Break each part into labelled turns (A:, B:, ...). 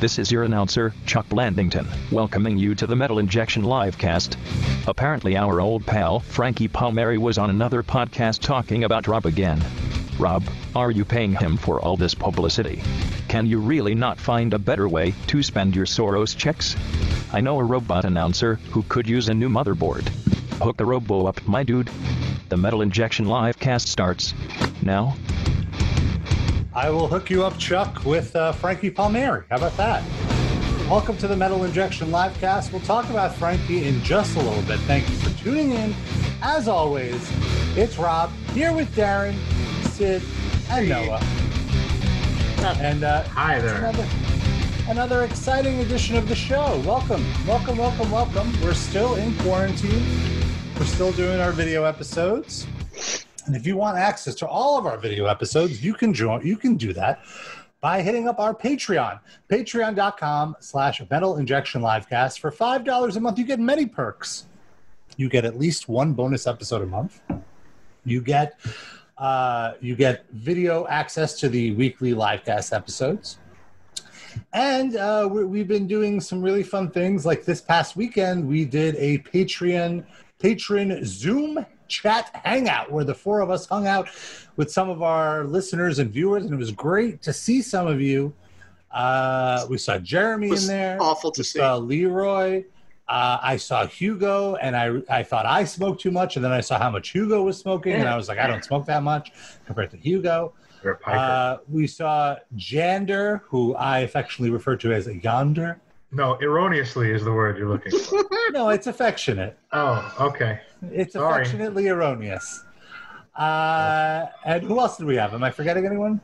A: This is your announcer, Chuck Blandington, welcoming you to the Metal Injection livecast. Apparently, our old pal, Frankie Palmieri, was on another podcast talking about Rob again. Rob, are you paying him for all this publicity? Can you really not find a better way to spend your Soros checks? I know a robot announcer who could use a new motherboard. Hook the robo up, my dude. The Metal Injection livecast starts now.
B: I will hook you up, Chuck, with uh, Frankie Palmieri. How about that? Welcome to the Metal Injection Livecast. We'll talk about Frankie in just a little bit. Thank you for tuning in. As always, it's Rob here with Darren, Sid, and Noah. And uh,
C: Hi
B: it's
C: there.
B: another, another exciting edition of the show. Welcome, welcome, welcome, welcome. We're still in quarantine. We're still doing our video episodes. And if you want access to all of our video episodes, you can join you can do that by hitting up our Patreon, patreon.com slash metal injection livecast. For five dollars a month, you get many perks. You get at least one bonus episode a month. You get uh, you get video access to the weekly livecast episodes. And uh, we we've been doing some really fun things. Like this past weekend, we did a Patreon patron Zoom chat hangout where the four of us hung out with some of our listeners and viewers, and it was great to see some of you. Uh, we saw Jeremy in
D: was
B: there.
D: awful to see.
B: saw Leroy. Uh, I saw Hugo, and I I thought I smoked too much, and then I saw how much Hugo was smoking, and I was like, I don't smoke that much compared to Hugo.
C: You're a piker.
B: Uh, we saw Jander, who I affectionately refer to as Yonder.
C: no, erroneously is the word you're looking for.
B: No, it's affectionate.
C: oh, okay.
B: It's
C: Sorry.
B: affectionately erroneous. Uh, and who else did we have? Am I forgetting anyone?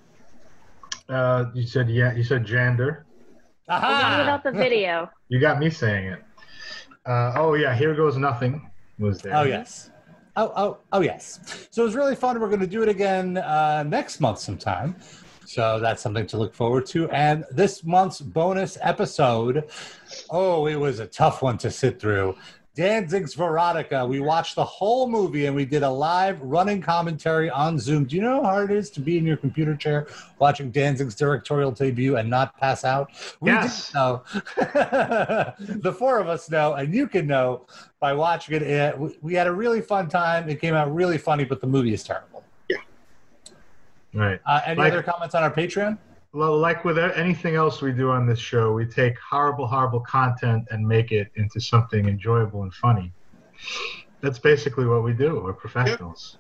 C: Uh, you said yeah. You said gender.
E: What
B: Aha!
E: about the video?
C: You got me saying it. Uh, oh yeah. Here goes nothing. Was there?
B: Oh yes. Oh oh oh yes. So it was really fun. We're going to do it again uh, next month sometime. So that's something to look forward to. And this month's bonus episode. Oh, it was a tough one to sit through. Danzig's Veronica. We watched the whole movie and we did a live running commentary on Zoom. Do you know how hard it is to be in your computer chair watching Danzig's directorial debut and not pass out? We
C: Yes.
B: did know. the four of us know, and you can know by watching it. it. we- We had a really fun time. It came out really funny, but the movie is terrible.
C: Right.
B: Uh, any
C: Like-
B: other comments on our Patreon?
C: Well, like with anything else we do on this show, we take horrible, horrible content and make it into something enjoyable and funny. That's basically what we do. We're professionals.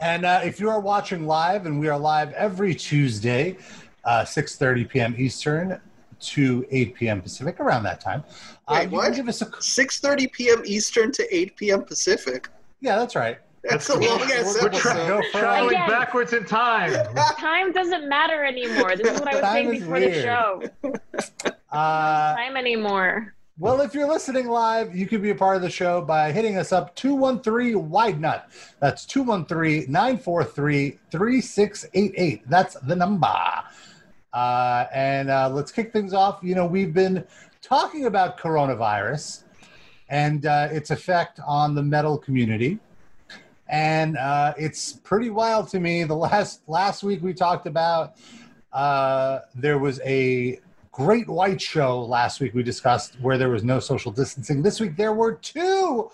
B: And uh, if you are watching live, and we are live every Tuesday, uh, 6.30 p.m. Eastern to 8 p.m. Pacific, around that time. uh,
D: Wait,
B: you
D: what?
B: Can give us a,
D: 6:30 p.m. Eastern to 8 p.m. Pacific.
B: yeah, that's right.
D: That's,
C: That's
D: a
C: cool.
D: long ass
B: We're-
C: We're
B: Simple,
C: tra-
B: so-
D: episode.
B: Go for it.
C: traveling
E: Again.
C: backwards in time.
E: Time doesn't matter anymore. This is what I was
B: Time
E: saying
B: is
E: before the
B: weird.
E: show.
B: Uh,
E: Time anymore.
B: Well, if you're listening live, you can be a part of the show by hitting us up 213 Wide Nut. That's 213 943 3688. That's the number. Uh, and uh, let's kick things off. You know, we've been talking about coronavirus and uh, its effect on the metal community. And uh, it's pretty wild to me. The last last week we talked about uh, there was a great white show last week we discussed where there was no social distancing this week there were two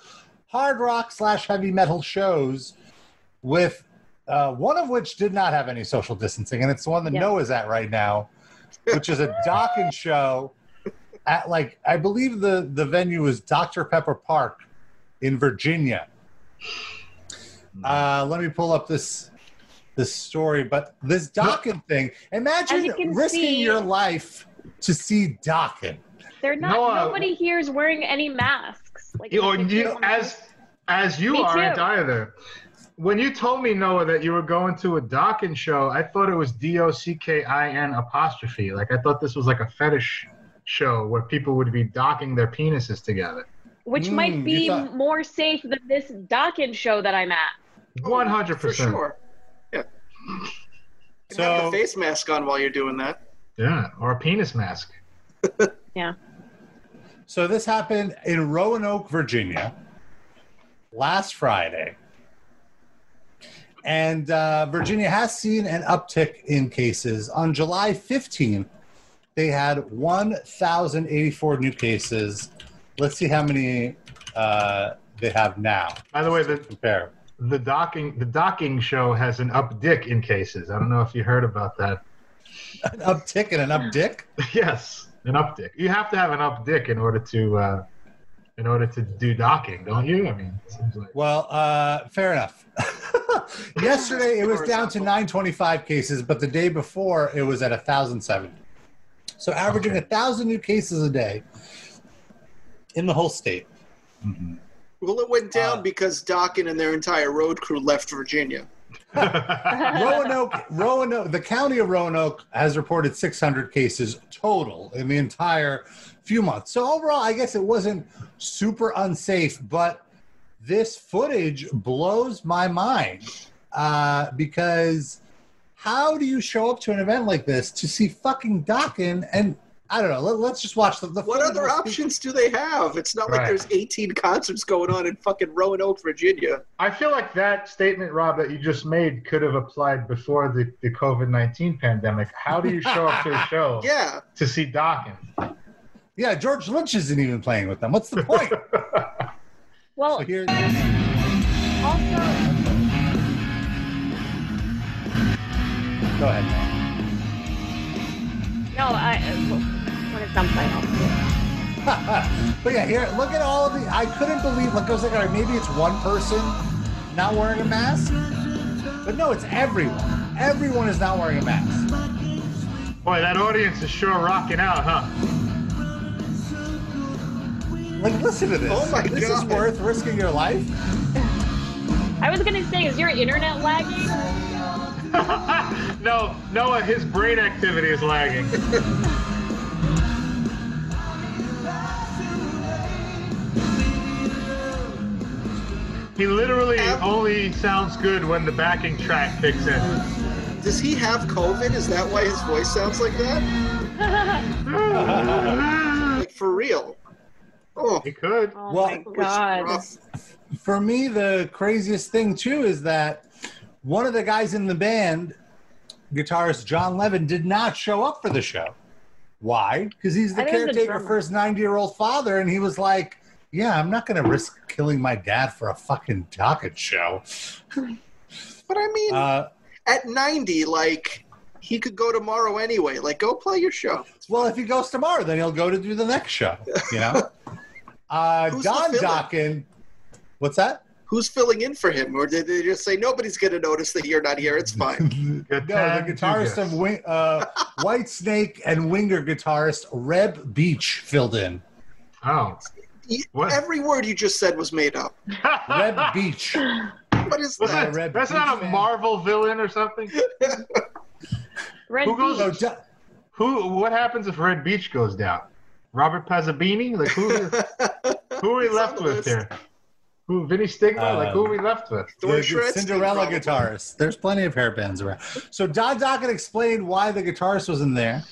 B: hard rock slash heavy metal shows with uh, one of which did not have any social distancing and it's the one that
E: Yeah.
B: noah's at right now which is a docking show at like i believe the the venue is dr pepper park in virginia uh, let me pull up this this story, but this Dawkins thing.
E: As
B: Imagine
E: you can
B: risking
E: see-
B: your life to see Dawkins.
E: They're not.
C: No, uh,
E: nobody here is wearing any masks. Like
C: You- or
E: like,
C: you-
E: no
C: as as you
E: Me
C: aren't
E: too.
C: either. When you told me Noah that you were going to a Dockin show, I thought it was D O C K I N apostrophe. Like I thought this was like a fetish show where people would be docking their penises together.
E: masks, which
B: Mm, you
E: might be
B: thought-
E: more safe than this Dawkins show that I'm at.
C: One hundred
D: Oh, for
C: percent.
D: sure. Yeah.
B: So-
D: So, have the face mask on while you're doing that.
C: Yeah, or a penis mask.
B: So this happened in Roanoke, Virginia, last Friday, and uh, Virginia has seen an uptick in cases. On July 15th, they had 1,084 new cases. Let's see how many uh, they have now.
C: By the way, the,
B: Compare.
C: the docking the docking show has an updick in cases. I don't know if you heard about that.
B: An uptick and an updick.
C: yes, an updick. You have to have an updick in order to uh, in order to do docking, don't you? I mean, it seems like
B: Well, uh, fair enough. Yesterday it was down to 925 cases, but the day before it was at 1,070. So averaging
C: Okay.
B: 1,000 new cases a day in the whole state.
D: Mm-hmm. Well, it went down
B: Uh,
D: because Dockin and their entire road crew left Virginia.
B: Roanoke, Roanoke, the county of Roanoke has reported 600 cases total in the entire few months. So overall, I guess it wasn't super unsafe, but this footage blows my mind uh, because how do you show up to an event like this to see fucking Dockin and I don't know. Let, let's just watch the. the
D: What
B: footage
D: other
B: will speak-
D: options do they have? It's not
C: Right.
D: like there's 18 concerts going on in fucking Roanoke, Virginia.
C: I feel like that statement, Rob, that you just made could have applied before the, the COVID 19 pandemic. How do you show up to a show
D: Yeah.
C: to see Dawkins?
B: Yeah, George Lynch isn't even playing with them. What's the point?
E: Well,
B: So here-
E: also,
B: go ahead.
E: no, I. What is something else?
B: but yeah, here, look at all of the. I couldn't believe. Like, I was like, all right, maybe it's one person not wearing a mask, but no, it's everyone. Everyone is not wearing a mask.
C: Boy, that audience is sure rocking out, huh?
B: Like, listen to this.
D: Oh my
B: this is
D: God.
B: worth risking your life.
E: I was gonna say, is your internet lagging?
C: no, Noah, his brain activity is lagging. he literally
D: Ab-
C: only sounds good when the backing track kicks in.
D: Does he have COVID? Is that why his voice sounds like that? Like, for real. Oh,
C: He could.
E: Oh
B: Well,
E: my
B: it
D: was
E: god.
D: rough.
B: For me, the craziest thing too is that one of the guys in the band, guitarist John Levin, did not show up for the show. Why? Because he's the
E: I think he's the
B: caretaker
E: drummer.
B: for his 90 year old father, and he was like, "Yeah, I'm not going to risk killing my dad for a fucking docket show."
D: But I mean,
B: Uh,
D: at 90, like, he could go tomorrow anyway. Like, go play your show.
B: Well, if he goes tomorrow, then he'll go to do the next show. You know, uh,
D: Who's
B: Don
D: the filler?
B: Dockin. What's that?
D: Who's filling in for him? Or did they just say, nobody's going to notice that you're not here? It's fine.
B: No, the guitarist of Wing, uh, White Snake and Winger guitarist Reb Beach filled in.
C: Oh.
D: You-
C: What?
D: E, Every word you just said was made up.
B: Reb Beach.
D: What is
C: What's
B: I
D: that?
B: read
C: that? That's
B: Beach
C: not a
B: fan.
C: Marvel villain or something.
E: Red
C: Who goes-
B: So Do-
C: Who? What happens if Red Beach goes down? Robert Pazzabini? Like who? who are we
D: He's
C: left
D: on the
C: with
D: list.
C: here? Who? Vinny Stigma? like who
B: Um,
C: are we left with?
B: the
D: Thor Schretzky,
B: Cinderella
D: probably.
B: guitarist. There's plenty of hair bands around. So Don Dockett explained why the guitarist was in there.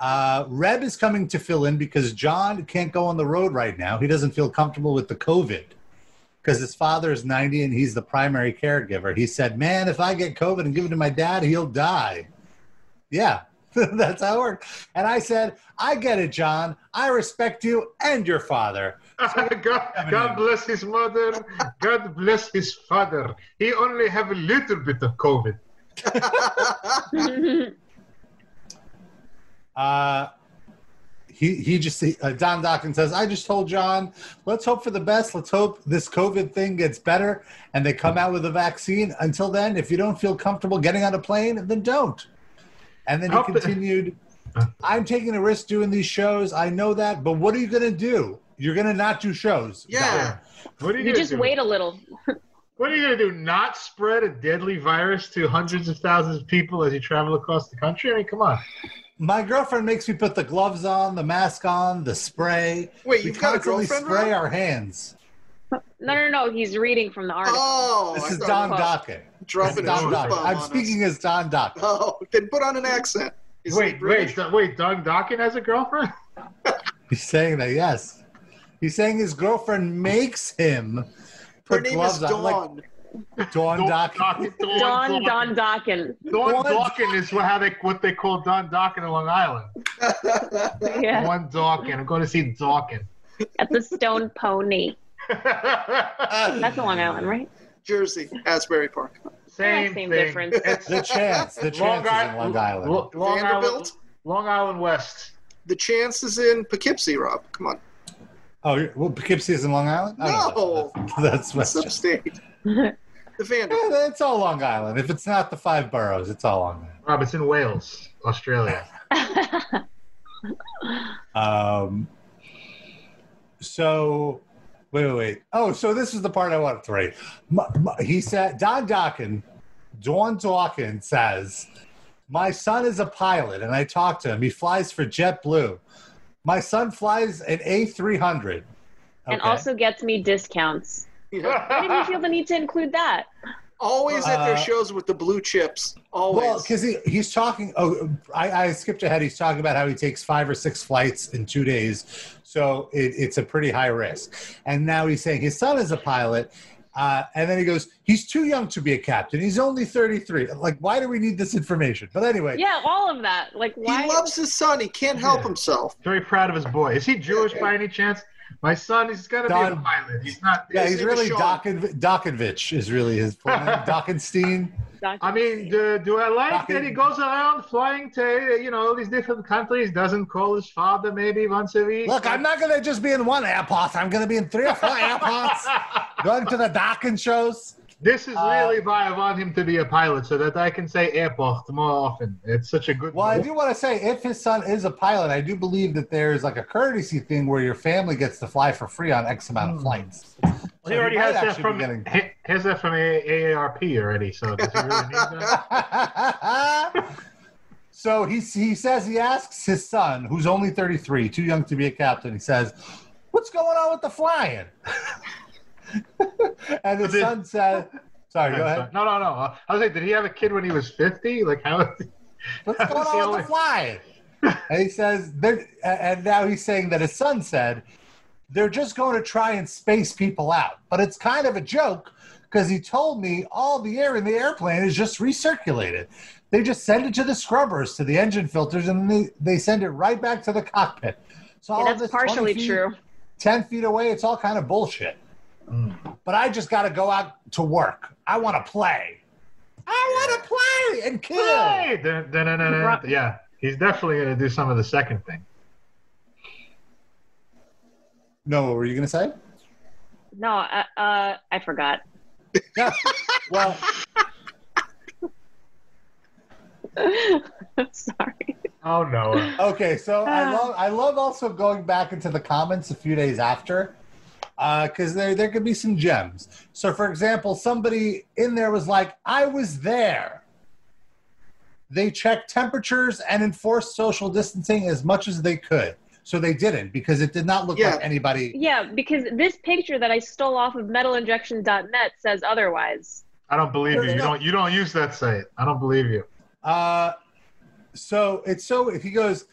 B: Uh, Reb is coming to fill in because John can't go on the road right now. He doesn't feel comfortable with the COVID because his father is 90 and he's the primary caregiver. He said, "Man, if I get COVID and give it to my dad, he'll die." Yeah. That's how it worked. And I said, I get it, John. I respect you and your father.
C: God, God bless his mother. God bless his father. He only have a little bit of COVID.
B: Uh, he he just uh, Don Dockin says, I just told John, let's hope for the best. Let's hope this COVID thing gets better and they come out with a vaccine. Until then, if you don't feel comfortable getting on a plane, then don't. And then he
C: Help-
B: continued, I'm taking a risk doing these shows. I know that, but what are you going to do? You're going to not do shows.
D: Yeah.
C: What are you,
E: you
C: gonna
E: just
C: do?
E: wait a little.
C: What are you gonna do? Not spread a deadly virus to hundreds of thousands of people as you travel across the country? I mean, come on.
B: My girlfriend makes me put the gloves on, the mask on, the spray.
D: Wait,
B: we
D: you've got a
B: constantly
D: girlfriend,
B: spray
D: Rob?
B: our hands.
E: No, no, no. He's reading from the article.
D: Oh,
B: This
D: I
B: is
D: thought-
B: Don
E: Well,
B: Dockin.
D: dropping a
B: Don
C: Don
D: truth
B: Dokken.
C: Dockin.
D: bomb
B: I'm
D: on
B: speaking
D: Us.
B: as Don Dokken.
D: Oh, then put on an accent. Is
C: wait,
D: he British?
C: wait, Do- wait. Doug Dawkins has a girlfriend?
B: He's saying that, yes. He's saying his girlfriend makes him
D: Her
B: put
D: name is
B: gloves on. Like,
D: Dawn.
B: Dawn Doc.
C: Dawkin.
B: Oh.
E: Don Don Dokken.
C: Don
B: Dawn
C: Dawkin is what- how they what they call Don Dawkin in Long Island.
E: Yeah,
C: One Dawkin. I'm going to see Dawkin.
E: that's a stone pony. That's a Long Island, right?
D: Jersey, Asbury Park.
C: same, thing.
E: same difference.
C: It's
B: The chance. The chance is in Long Island.
C: Lo- Long Island.
D: Vanderbilt?
C: Long Island West.
D: The chance is in Poughkeepsie, Rob. Come on.
B: oh, you're- well, Poughkeepsie is in Long Island? I don't know. That's, that's
D: That's
B: Westchester.
D: upstate. The Vanderbilt.
B: Yeah, it's all Long Island. If it's not the five boroughs, it's all Long
C: Rob, it's in Wales, Australia.
B: Island. Um, so, wait, wait, wait. Oh, so this is the part I wanted to read. My- my- he said, Don Dawkin, Dawn Dawkin says, My son is a pilot, and I talked to him. He flies for JetBlue. My son flies an A300.
E: And also gets me discounts.
D: Yeah.
E: Why did we feel the need to include that?
D: Always at their
B: Uh,
D: shows with the blue chips.
B: Well,
D: Always.
B: because he, he's talking. Oh, I, I skipped ahead. He's talking about how he takes five or six flights in two days, so it, it's a pretty high risk. And now he's saying his son is a pilot, uh, and then he goes, "He's too young to be a captain. He's only 33." Like, why do we need this information? But anyway,
E: Yeah, all of that. Like why?
D: he loves his son. He can't help
C: Yeah.
D: himself.
C: Very proud of his boy. Is he Jewish by any chance? My son, he's got to be a
B: Don-
C: pilot. He's not.
B: yeah,
D: his
B: he's
D: name is
B: really
D: Sean.
B: Dokin, Dokinvich is really his full name. Dokinstein.
E: Doc-
C: I mean, do, do I like
B: Fucking-
C: that he goes around flying to you know all these different countries? Doesn't call his father maybe once a week.
B: Look, I'm not going to just be in one airport. I'm going to be in three or four airports. Going to the Dokken shows.
C: This is
B: Uh,
C: really why I want him to be a pilot, so that I can say airport more often. It's such a good.
B: Well, I do want to say, if his son is a pilot, I do believe that there is like a courtesy thing where your family gets to fly for free on X amount of
C: Hmm.
B: flights.
C: he already
B: might
C: has that
B: actually be
C: from
B: getting-
C: he- has that from A- AARP already. So does he really need that?
B: so he he says he asks his son, who's only thirty three, too young to be a captain. He says, "What's going on with the flying?" and his
C: Did-
B: son said, "Sorry, go ahead.
C: No, no, no. Uh, I was like, did he have a kid when he was fifty? Like how?
B: What's going
C: That's
B: on
C: the
B: with
C: only-
B: the flying? And he says, they're, and now he's saying that his son said, they're just going to try and space people out. But it's kind of a joke because he told me all the air in the airplane is just recirculated. They just send it to the scrubbers, to the engine filters, and they, they send it right back to the cockpit. So all
E: yeah,
B: this
E: that's
B: 20
E: partially
B: feet-
E: true.
B: 10 feet away, it's all kind of bullshit. But I just got to go out to work. I want to play. I want to play and kill.
C: Hey, dun- dun- dun- dun- dun. Yeah, he's definitely gonna do some of the second thing.
B: No, what were you going to say?
E: No, uh, uh, I forgot.
B: Yeah. Well,
E: Sorry.
C: Oh no.
B: okay. So I love I love also going back into the comments a few days after, because there there could be some gems. So for example, somebody in there was like, "I was there." They checked temperatures and enforced social distancing as much as they could. So they didn't because it did not look
D: Yeah.
B: like anybody.
E: Yeah, because this picture that I stole off of metalinjection.net says otherwise.
C: I don't believe you. You
B: No.
C: don't. You don't use that site. I don't believe you.
B: Uh, so it's so he goes.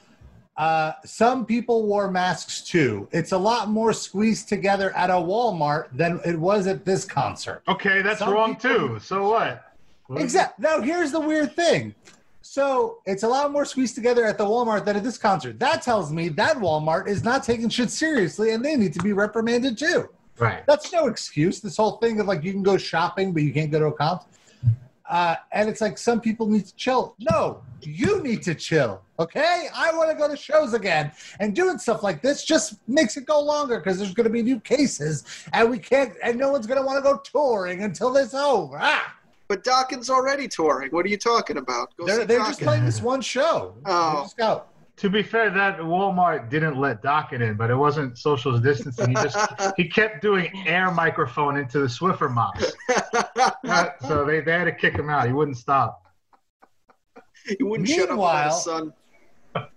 B: Uh, some people wore masks too. It's a lot more squeezed together at a Walmart than it was at this concert.
C: Okay, that's
B: Some
C: wrong
B: people-
C: too. So what? What-
B: Exactly. Now here's the weird thing. So it's a lot more squeezed together at the Walmart than at this concert. That tells me that Walmart is not taking shit seriously, and they need to be reprimanded too.
C: Right.
B: That's no excuse. This whole thing of like you can go shopping but you can't go to a concert. Uh, and it's like some people need to chill. No, you need to chill. Okay, I want to go to shows again, and doing stuff like this just makes it go longer because there's going to be new cases, and we can't, and no one's going to want to go touring until this over. Ah!
D: But Dawkins already touring. What are you talking about? Go
B: They're,
D: see
B: they're just
D: Dawkins.
B: playing this one show.
D: Oh.
B: They just go.
C: To be fair, that Walmart didn't let Docket in, but it wasn't social distancing. He just he kept doing air microphone into the Swiffer mops. Uh, so they, they had to kick him out. He wouldn't stop.
D: you wouldn't shut up about
B: Meanwhile-
D: his son.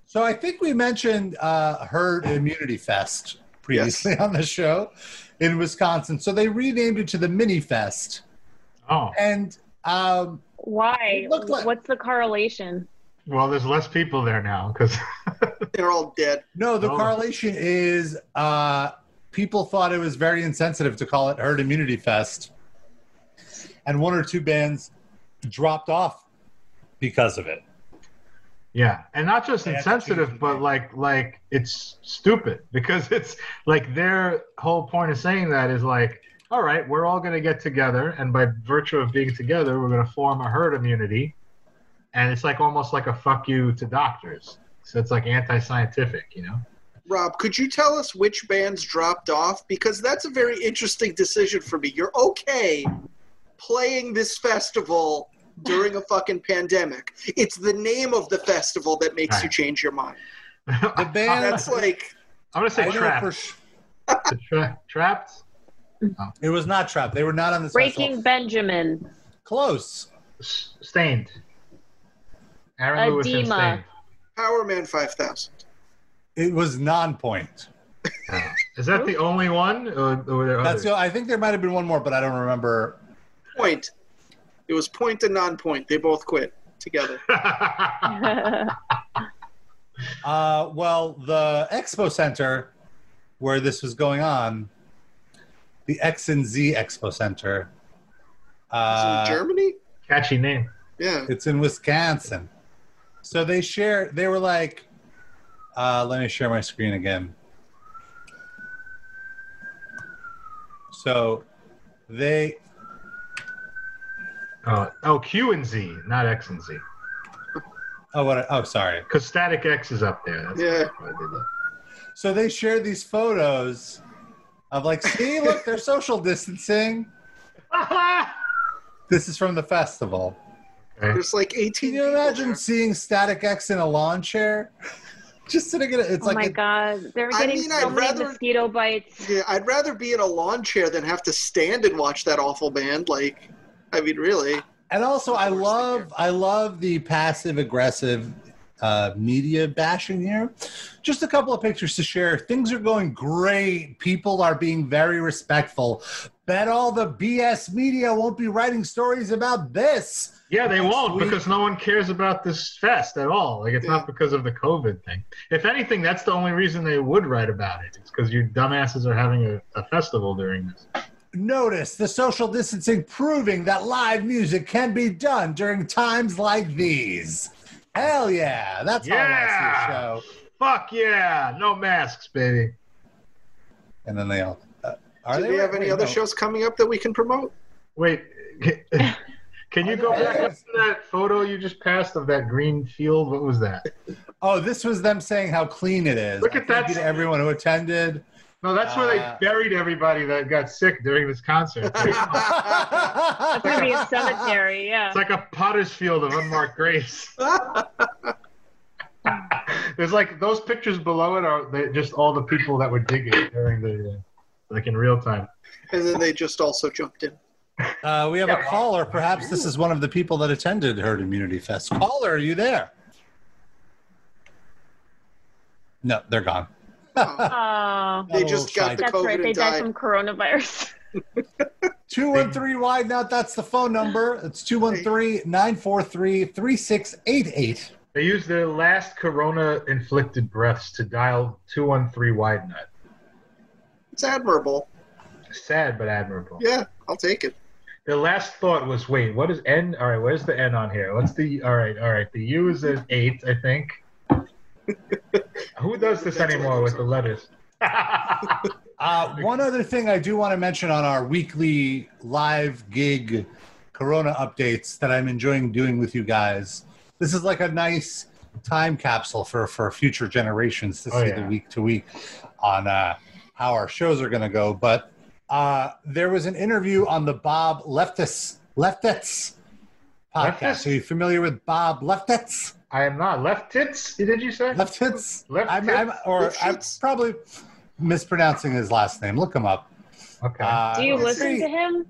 B: So I think we mentioned uh, Herd Immunity Fest previously on the show in Wisconsin. So they renamed it to the Mini Fest,
C: Oh,
B: and um,
E: Why?
B: It looked like-
E: What's the correlation?
C: well, there's less people there now because
D: They're all dead.
B: no, the
C: Oh.
B: correlation is uh, people thought it was very insensitive to call it Herd Immunity Fest and one or two bands dropped off because of it.
C: Yeah, and not just
B: They have to
C: insensitive,
B: change the
C: but
B: name.
C: like like it's stupid because it's like their whole point of saying that is like, all right, we're all gonna get together, and by virtue of being together, we're gonna form a herd immunity, and it's like almost like a fuck you to doctors. So it's like anti-scientific, you know?
D: Rob, could you tell us which bands dropped off? Because that's a very interesting decision for me. You're okay playing this festival during a fucking pandemic. It's the name of the festival that makes you
C: Right.
D: change your mind.
B: The band
D: That's like,
C: I'm gonna say
B: I know for
C: trapped.
B: sh-
C: Tra- trapped.
B: it was not trapped. They were not on the
E: Breaking Benjamin.
B: Close.
C: S- stained. Aaron Lewis and
E: Edema.
C: stained.
D: Power Man 5000.
B: It was non-point.
C: Uh, Is that the only one? Or, or were there
B: That's.
C: others?
B: The, I think there might have been one more, but I don't remember.
D: Point. It was point and non point. They both quit together.
B: Uh, well, the expo center where this was going on, the X and Z Expo Center.
D: It's
B: Uh,
D: in Germany?
C: Catchy name.
D: Yeah.
B: It's in Wisconsin. So they share. They were like, uh, "Let me share my screen again." So they
C: Oh, oh, Q and Z, not X and Z.
B: oh what oh sorry.
C: Because Static X is up there. That's
D: Yeah.
C: why they did that.
B: So they shared these photos of like, see, look, they're social distancing. This is from the festival.
C: Okay.
D: There's like 18.
B: Can you
D: people
B: imagine
D: there.
B: seeing Static X in a lawn chair? Just sitting in a, it's
E: oh
B: like
E: my
B: a-
E: god, they're
D: I
E: getting
D: mean,
E: so
D: I'd
E: many
D: rather-
E: mosquito bites.
D: Yeah, I'd rather be in a lawn chair than have to stand and watch that awful band. Like, I mean, really.
B: and also I
D: Of course they
B: love I love the passive aggressive uh, media bashing here. Just a couple of pictures to share. Things are going great. People are being very respectful. Bet all the BS media won't be writing stories about this.
C: Yeah, they won't
B: Sweet.
C: because no one cares about this fest at all. Like, it's
D: Yeah.
C: not because of the COVID thing. If anything, that's the only reason they would write about it. It's because you dumbasses are having a, a festival during this.
B: Notice the social distancing proving that live music can be done during times like these. Hell yeah. That's how I
C: Yeah.
B: want to see a show.
C: Fuck yeah! No masks, baby.
B: And then they all. Uh, are
D: Do
B: they
D: we have
B: right?
D: any
B: Wait,
D: other
B: no.
D: shows coming up that we can promote?
C: Wait, can you go back up to that photo you just passed of that green field? What was that?
B: Oh, this was them saying how clean it is.
C: Look at
B: Thank
C: that.
B: you to everyone who attended.
C: No, that's where
B: Uh,
C: they buried everybody that got sick during this concert. it's
E: It's gonna be a cemetery, yeah.
C: like a potter's field of unmarked graves. There's like those pictures below it are they, just all the people that were digging during the, uh, like in real time.
D: And then they just also jumped in.
B: Uh, we have a caller. Perhaps this is one of the people that attended Herd Immunity Fest. Caller, are you there? No, they're gone.
D: Oh,
E: Oh,
D: They just got the
E: that's
D: COVID
E: right. They
D: and
E: died
D: died.
E: from coronavirus.
B: 213 wide note. That's the phone number. It's 213 943 3688.
C: They used their last corona inflicted breaths to dial 213 wide nut.
D: it's admirable.
C: Sad but admirable.
D: Yeah, I'll take it.
C: The last thought was, wait, what is N? All right, where's the N on here? What's the? All right, all right. The U is an eight, I think. Who does this anymore with the letters?
B: Uh, one other thing I do want to mention on our weekly live gig Corona updates that I'm enjoying doing with you guys. This is like a nice time capsule for, for future generations to
C: Oh,
B: see
C: yeah.
B: the week to week on uh, how our shows are going to go. But uh, there was an interview on the Bob Leftis Leftetz podcast.
C: Leftis?
B: Are you familiar with Bob Leftetz?
C: I am not left tits. Did you say?
B: Left hits.
C: Left
B: I'm,
C: hits?
B: I'm, or
D: Left
B: I'm
D: shoots?
B: probably mispronouncing his last name. Look him up.
C: Okay.
B: Uh,
E: Do you
B: let's
E: listen
B: see.
E: to him?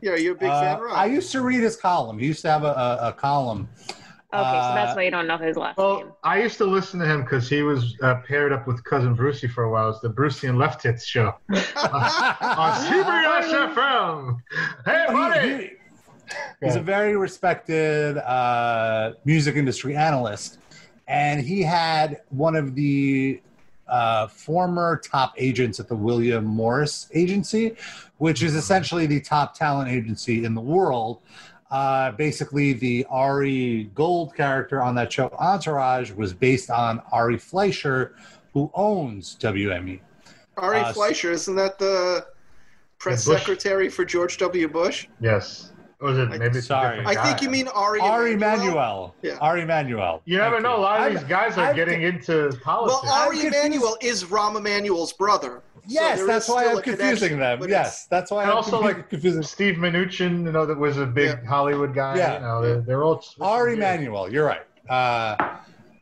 D: Yeah, you're a big
B: Uh,
D: fan, Rob.
B: I used to read his column. He used to have a, a, a column.
E: Okay, so
B: Uh,
E: that's why you don't know his last name.
C: well, I used to listen to him because he was uh, paired up with cousin Brucey for a while. It's the Brucey and Left Tits show on CBS FM. Hey,
B: He-
C: buddy.
B: he- he's a very respected uh, music industry analyst, and he had one of the uh, former top agents at the William Morris Agency, which is essentially the top talent agency in the world. Uh, basically, the Ari Gold character on that show Entourage was based on Ari Fleischer, who owns E. WME.
D: Ari
B: Uh,
D: Fleischer, isn't that the press
C: Bush.
D: secretary for George W. Bush?
C: Yes. Or is it
D: I-
C: maybe it's a
B: sorry.
C: different
D: I
C: guy.
D: think you mean E Ari.
B: Ari
D: Emanuel.
B: Manuel.
D: Yeah.
B: Ari Manuel.
C: You never
B: Thank
C: know. A lot of
B: I'm-
C: these guys are
B: I'm-
C: getting into
D: Well,
C: politics.
B: I'm
D: Ari
B: confused.
D: Emanuel is Rahm Emanuel's brother. So
B: Yes,
D: there
B: that's
D: is
B: why
D: still
B: I'm
D: a connection,
B: confusing them.
D: but it's-
B: Yes, that's why
C: And
B: I'm
C: also,
B: confu-
C: like,
B: confusing.
C: Steve Mnuchin, you know, that was a big
D: Yeah.
C: Hollywood guy.
B: Yeah.
C: You know, they're, they're all.
B: Ari Manuel, you're right. Uh,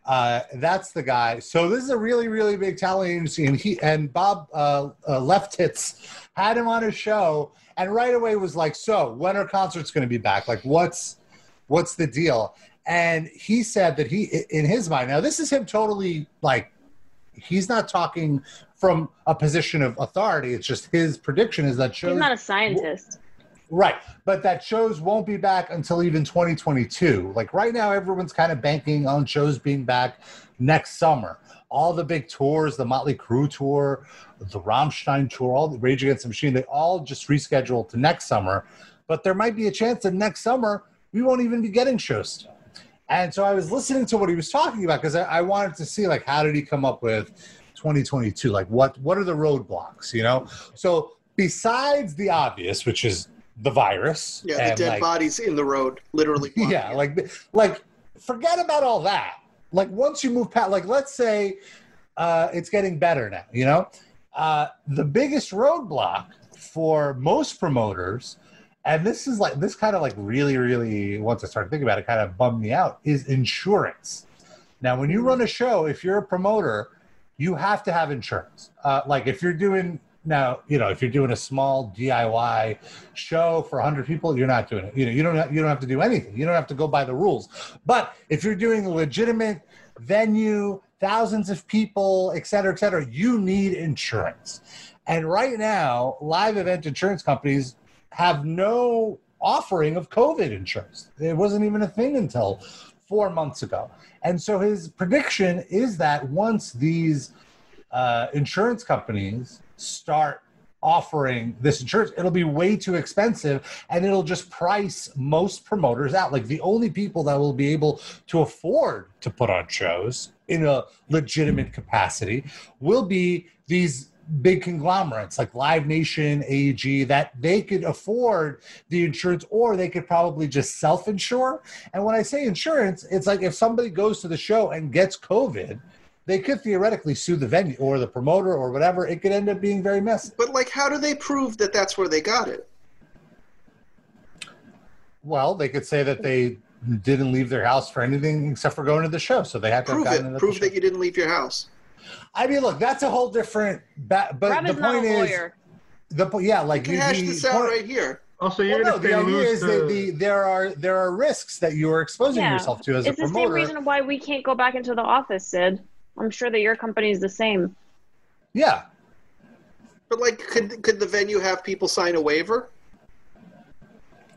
B: uh, that's the guy. So this is a really, really big talent agency, and he and Bob uh, uh, Leftitz had him on his show, and right away was like, "So when are concerts going to be back? Like, what's what's the deal?" And he said that he, i- in his mind, now this is him totally like, he's not talking from a position of authority. It's just his prediction is that shows
E: He's not a scientist.
B: Right. But that shows won't be back until even 2022. Like right now, everyone's kind of banking on shows being back next summer. All the big tours, the Motley Crue tour, the Rammstein tour, all the Rage Against the Machine, they all just rescheduled to next summer. But there might be a chance that next summer we won't even be getting shows still. And so I was listening to what he was talking about because I, I wanted to see like how did he come up with 2022? Like what what are the roadblocks? You know. So besides the obvious, which is the virus,
D: Yeah, the
B: and,
D: dead
B: like,
D: bodies in the road, literally.
B: yeah, like like forget about all that. Like once you move past, like let's say uh, it's getting better now. You know, uh, the biggest roadblock for most promoters, and this is like this kind of like really really once I started thinking about it, kind of bummed me out is insurance. Now, when you run a show, if you're a promoter, you have to have insurance. Uh, like if you're doing now, you know, if you're doing a small DIY show for 100 people, you're not doing it. You know, you don't have, you don't have to do anything. You don't have to go by the rules. But if you're doing a legitimate venue, thousands of people, et cetera, et cetera, you need insurance. And right now, live event insurance companies have no offering of COVID insurance. It wasn't even a thing until four months ago. And so his prediction is that once these uh, insurance companies start offering this insurance, it'll be way too expensive and it'll just price most promoters out. Like the only people that will be able to afford to put on shows in a legitimate capacity will be these big conglomerates like Live Nation, AEG, that they could afford the insurance or they could probably just self insure. And when I say insurance, it's like if somebody goes to the show and gets COVID. They could theoretically sue the venue or the promoter or whatever. It could end up being very messy.
D: But like, how do they prove that that's where they got it?
B: Well, they could say that they didn't leave their house for anything except for going to the show, so they had to
D: Prove
B: have gotten it.
D: it.
B: at
D: Prove
B: the
D: that
B: show.
D: you didn't leave your house.
B: I mean, look, that's a whole different. Ba- but
E: Rob
B: the
E: is not a
B: point is,
E: lawyer.
B: the po- yeah, like
D: You can hash
B: the
D: this out
B: point-
D: right here.
C: Also,
B: Well,
C: even
B: no,
C: if they
B: the idea
C: lose
B: is
C: the,
B: that the, there are there are risks that you are exposing
E: Yeah.
B: yourself to as
E: It's
B: a
E: the same
B: promoter.
E: reason why we can't go back into the office, Sid. I'm sure that your company is the same.
B: yeah,
D: But like, could could the venue have people sign a waiver?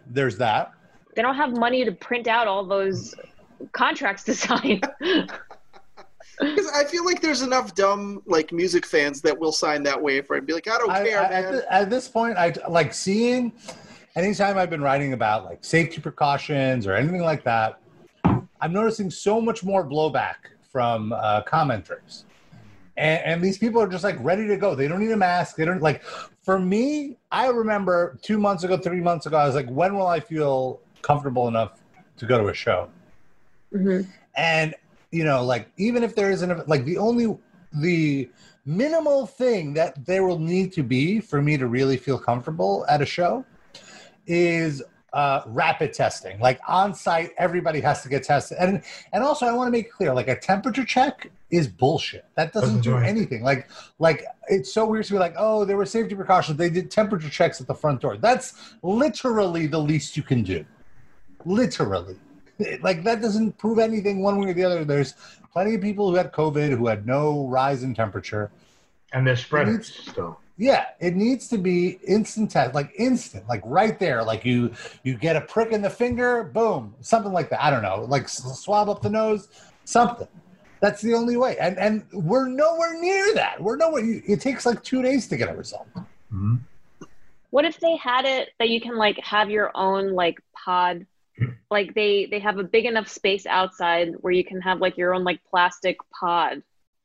B: there's that.
E: They don't have money to print out all those contracts to sign.
D: Because I feel like there's enough dumb like music fans that will sign that waiver and be like, I don't
B: I,
D: care,
B: I-
D: man.
B: at, thi- at this point, I like seeing anytime I've been writing about like safety precautions or anything like that, I'm noticing so much more blowback from uh, commenters. And, and these people are just like ready to go. They don't need a mask. They don't like, for me, I remember two months ago, three months ago, I was like, when will I feel comfortable enough to go to a show?
E: Mhm.
B: and you know like even if there isn't a, like the only the minimal thing that there will need to be for me to really feel comfortable at a show is uh, rapid testing like on site everybody has to get tested and and also i want to make it clear like a temperature check is bullshit that doesn't
C: Doesn't
B: do
C: do anything.
B: anything like like it's so weird to be like oh there were safety precautions they did temperature checks at the front door that's literally the least you can do literally like that doesn't prove anything one way or the other there's plenty of people who had covid who had no rise in temperature
C: and they're spreaders still.
B: yeah it needs to be instant test like instant like right there like you you get a prick in the finger boom something like that i don't know like s- swab up the nose something That's the only way. And and we're nowhere near that. We're nowhere. It takes like two days to get a result.
C: Mhm.
E: What if they had it that you can like have your own like pod? Like they they have a big enough space outside where you can have like your own like plastic pod,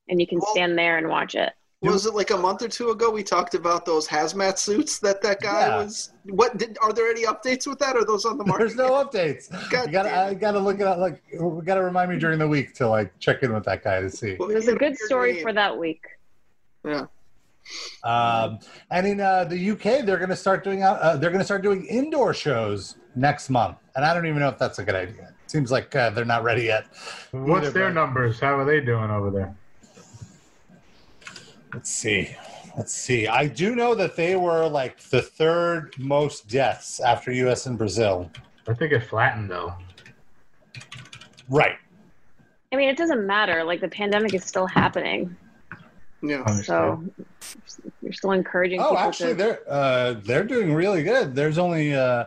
E: and you can
D: Well-
E: stand there and watch it.
D: Was it like a month or two ago we talked about those hazmat suits that that guy
B: Yeah.
D: was? What did? Are there any updates with that? Are those on the market?
B: There's no updates.
D: God
B: you gotta,
D: damn it.
B: I gotta look it up. Like, we gotta remind me during the week to like check in with that guy to see.
D: Well,
E: It was a
D: you-
E: good
D: your
E: story
D: name.
E: for that week.
B: Um, and in uh, the UK, they're gonna start doing out. Uh, they're gonna start doing indoor shows next month. And I don't even know if that's a good idea. Seems like uh, they're not ready yet.
C: What's
B: Either
C: their
B: way.
C: numbers? How are they doing over there?
B: Let's see. Let's see. I do know that they were like the third most deaths after U.S. and Brazil.
C: I think it flattened though.
B: Right.
E: I mean, it doesn't matter. Like the pandemic is still happening,
D: Yeah.
E: so
C: Understood.
E: you're still encouraging.
B: Oh,
E: people
B: actually,
E: to...
B: they're uh, they're doing really good. There's only uh,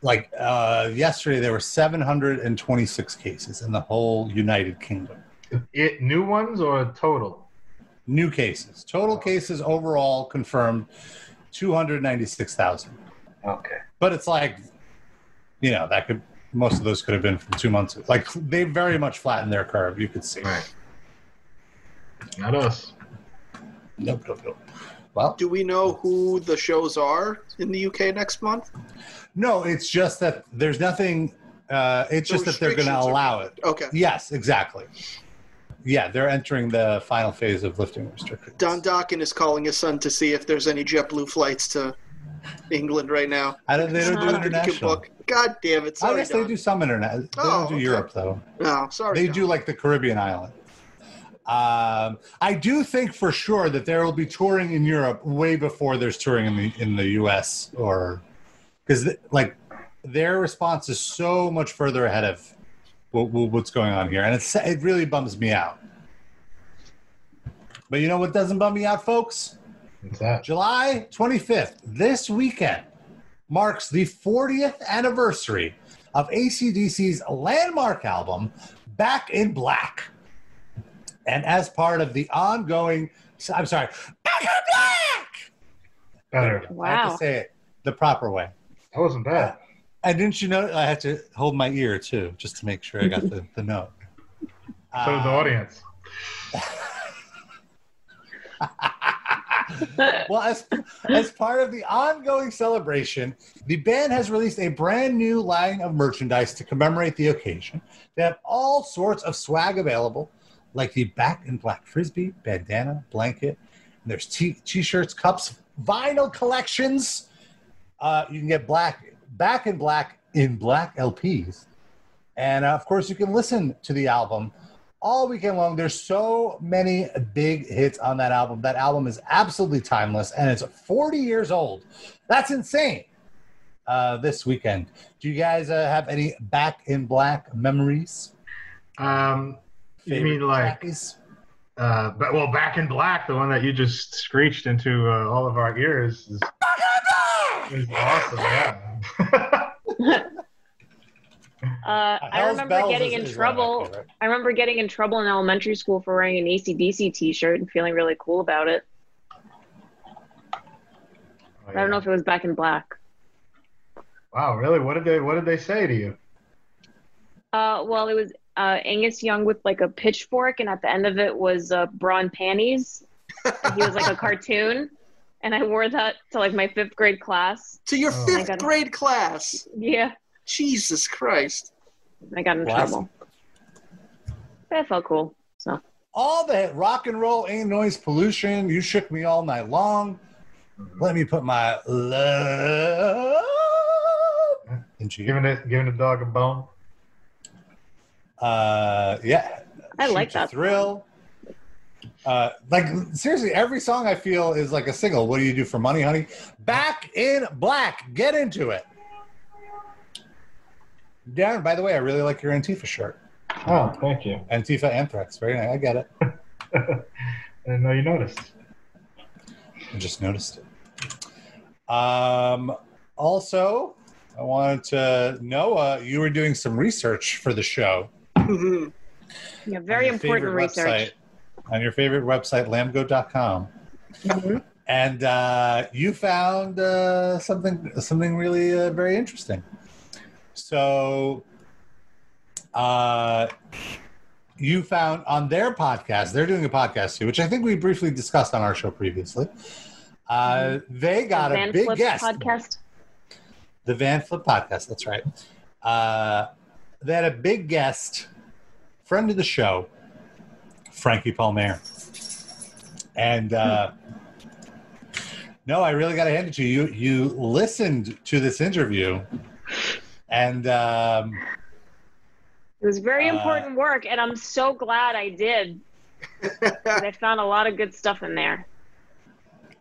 B: like uh, yesterday there were 726 cases in the whole United Kingdom.
C: It new ones or total?
B: New cases, total cases overall confirmed 296,000.
C: Okay.
B: But it's like, you know, that could most of those could have been from two months. Like they very much flattened their curve. You could see.
C: Right. Not us.
B: Nope, nope, nope. Well,
D: Do we know who the shows are in the UK next month?
B: no, it's just that there's nothing. Uh, it's
D: The
B: just that they're going to
D: restrictions are-
B: allow it.
D: Okay.
B: Yes, exactly. Yeah, they're entering the final phase of lifting restrictions.
D: Don Dockin is calling his son to see if there's any JetBlue flights to England right now.
B: I don't, they don't do
E: Uh,
D: Wonder if he can
B: international.
D: book. God damn it!
B: I
D: Sorry,
B: guess they
D: Don.
B: do some international. They
D: Oh,
B: don't do
D: okay.
B: Europe though.
D: No, sorry.
B: They
D: Don.
B: do like the Caribbean island. Um, I do think for sure that there will be touring in Europe way before there's touring in the in the U.S. or because like their response is so much further ahead of what, what- what's going on here, and it's it really bums me out. But you know what doesn't bum me out, folks?
C: What's that?
B: July 25th, this weekend, marks the 40th anniversary of ACDC's landmark album, Back in Black. And as part of the ongoing, I'm sorry, Back in Black!
C: Better.
B: I have
E: Wow.
B: to say it the proper way.
C: That wasn't bad.
B: And didn't you know I had to hold my ear too, just to make sure I got the, the note.
C: So did the
B: Uh,
C: audience.
B: well, as, as part of the ongoing celebration, the band has released a brand new line of merchandise to commemorate the occasion. They have all sorts of swag available, like the back and black frisbee, bandana, blanket. And there's t shirts, cups, vinyl collections. Uh, you can get black back in black in black LPs. And uh, of course, you can listen to the album all weekend long. There's so many big hits on that album. That album is absolutely timeless and it's 40 years old. That's insane. Uh, this weekend. Do you guys uh, have any back in black memories?
C: Um, you mean
B: Favorite
C: like,
B: tracks?
C: uh, but, well, Back in Black, the one that you just screeched into uh, all of our ears is, is awesome. Yeah.
E: Uh, I
B: Hell's
E: remember
B: Bells
E: getting
B: is-
E: in
B: is one of my
E: trouble.
B: favorite.
E: I remember getting in trouble in elementary school for wearing an ACDC T-shirt and feeling really cool about it. I don't know if it was back in black.
C: Wow, really? What did they What did they say to you?
E: Uh, well, it was uh, Angus Young with like a pitchfork, and at the end of it was uh, bra and panties. And he was like a cartoon, and I wore that to like my fifth grade class.
D: to your
C: Oh.
D: fifth
E: I got it.
D: grade class.
E: Yeah,
D: Jesus Christ!
E: and I got in
B: Well, that's-
E: trouble. That felt cool. So
B: all the hit- rock and roll ain't noise pollution. You shook me all night long. Let me put my love into you.
C: Giving it Giving the dog a bone.
B: Uh, yeah,
E: I
B: Shoot
E: like
B: to
E: that.
B: thrill. Uh, like seriously, every song I feel is like a single. What do you do for money, honey? Back in black. Get into it. Darren, by the way, I really like your Antifa shirt.
C: Oh, thank you.
B: Antifa Anthrax. Very nice. I get it.
C: I didn't know you noticed.
B: I just noticed it. Um, also, I wanted to know uh, you were doing some research for the show.
D: Mhm.
E: Yeah, very
B: on your
E: important
B: favorite
E: research.
B: Website, on your favorite website, lambgo.com.
E: Mhm.
B: And uh, you found uh, something something really uh, very interesting. So uh, you found on their podcast, they're doing a podcast too, which I think we briefly discussed on our show previously. Uh, they got a
E: Mm-hmm. Van
B: big
E: Flip's
B: guest.
E: podcast.
B: The Van Flip podcast. That's right. Uh, they had a big guest, friend of the show, Frankie Palmer. And uh, no, I really got to hand it to you. You you listened to this interview, and um,
E: It was very
B: Uh,
E: important work, and I'm so glad I did. 'Cause I found a lot of good stuff in there.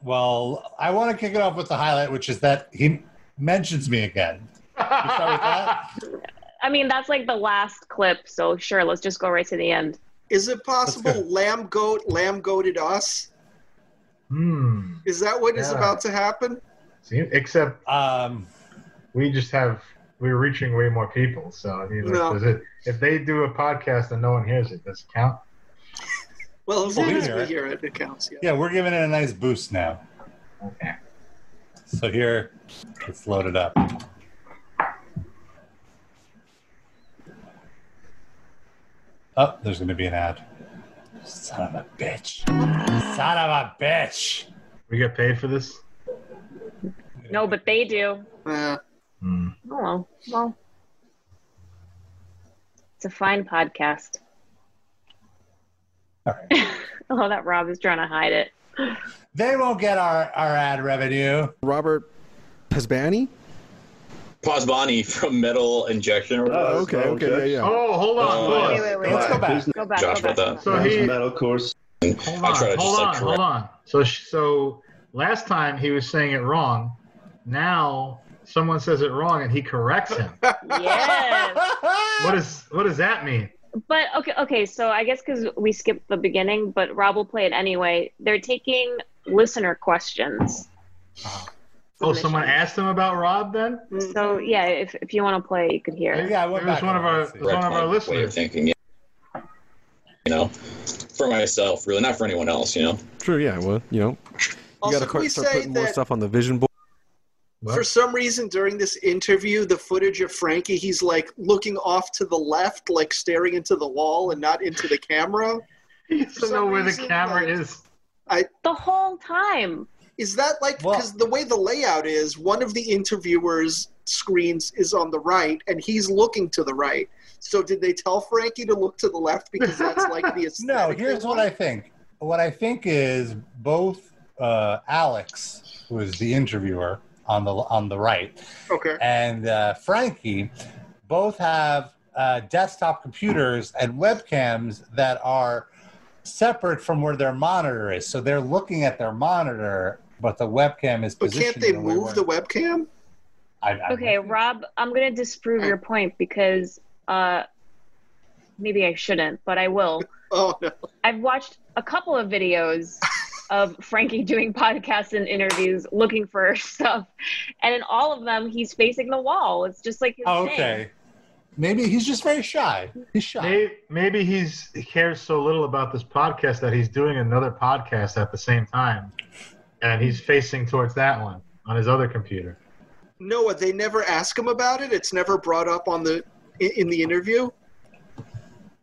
B: well, I want to kick it off with the highlight, which is that he mentions me again. You start with that?
E: I mean, that's like the last clip, so sure, let's just go right to the end.
D: Is it possible
B: That's
D: lamb goat, lamb goated us?
C: Hmm.
D: Is that what is
C: Yeah.
D: about to happen?
C: See, except
B: Um,
C: we just have we're reaching way more people. So I mean, like,
D: No.
C: does it, if they do a podcast and no one hears it, does it count?
D: Well, as
B: Well,
D: long
B: we
D: as
B: hear
D: we
B: it.
D: hear it, it counts. Yeah.
B: yeah, we're giving it a nice boost now.
C: Okay.
B: So here, it's loaded up. Oh, there's going to be an ad. Son of a bitch. Son of a bitch.
C: We get paid for this.
E: No, but they do.
D: Uh,
C: Hmm.
E: Oh, well. well. It's a fine podcast.
B: All right.
E: Oh, that Rob is trying to hide it.
B: They won't get our, our ad revenue.
F: Robert Pesbani?
G: Posbani from Metal Injection.
C: Uh,
G: Or whatever.
F: okay,
H: Oh,
F: okay,
H: Josh.
F: yeah, yeah.
C: Oh, hold on.
G: Oh,
C: pause.
E: Wait, wait, wait.
B: Let's go back.
H: There's no-
E: Go back. go
G: Josh,
E: back,
G: about that.
E: go
C: So
E: back.
C: he-
H: there's metal course.
C: Hold
G: I
C: on,
G: try
C: hold
G: to just,
C: on,
G: like,
C: hold
G: correct-
C: on. So, sh- so last time he was saying it wrong. Now someone says it wrong and he corrects him.
E: Yes.
C: what is what does that mean?
E: But okay, okay. So I guess because we skipped the beginning, but Rob will play it anyway. They're taking listener questions.
C: Oh, someone
E: Submissions.
C: asked him about Rob then.
D: mm.
E: So yeah, if, if you want to play, you could hear. it.
B: Yeah, I went
C: It was
B: back
C: one of
B: on it.
C: our-
B: Let's see.
C: It's one of our
G: my way of
C: listeners.
G: thinking. Yeah. You know, for myself, really, not for anyone else. You know,
F: True, yeah. Well, you know, you
D: also,
F: gotta
D: can
F: cart-
D: we
F: start
D: say
F: putting more
D: that
F: stuff on the vision board.
C: What?
D: for some reason during this interview, the footage of Frankie, he's like looking off to the left, like staring into the wall and not into the camera.
C: he doesn't know
D: some
C: where the
D: reason,
C: camera
D: like-
C: is.
E: The whole time.
D: Is that like
B: Well-
D: because the way the layout is, one of the interviewers' screens is on the right, and he's looking to the right. So did they tell Frankie to look to the left because that's like the aesthetic?
B: No,
D: they
B: here's what
D: want?
B: I think. What I think is both uh, Alex, who is the interviewer on the on the right,
D: Okay.
B: and uh, Frankie both have uh, desktop computers and webcams that are separate from where their monitor is. So they're looking at their monitor, but the webcam is
D: But
B: positioned.
D: can't they
B: in a way
D: move
B: where-
D: the webcam?
B: I, I,
E: Okay, Rob, I'm gonna disprove your point because uh, maybe I shouldn't, but I will.
D: Oh no.
E: I've watched a couple of videos of Frankie doing podcasts and interviews looking for stuff, and in all of them, he's facing the wall. It's just like his
B: Oh,
E: thing.
B: okay. Maybe he's just very shy. He's shy.
C: Maybe, maybe he's he cares so little about this podcast that he's doing another podcast at the same time, and he's facing towards that one on his other computer.
D: Noah, they never ask him about it. It's never brought up on the in, in the interview.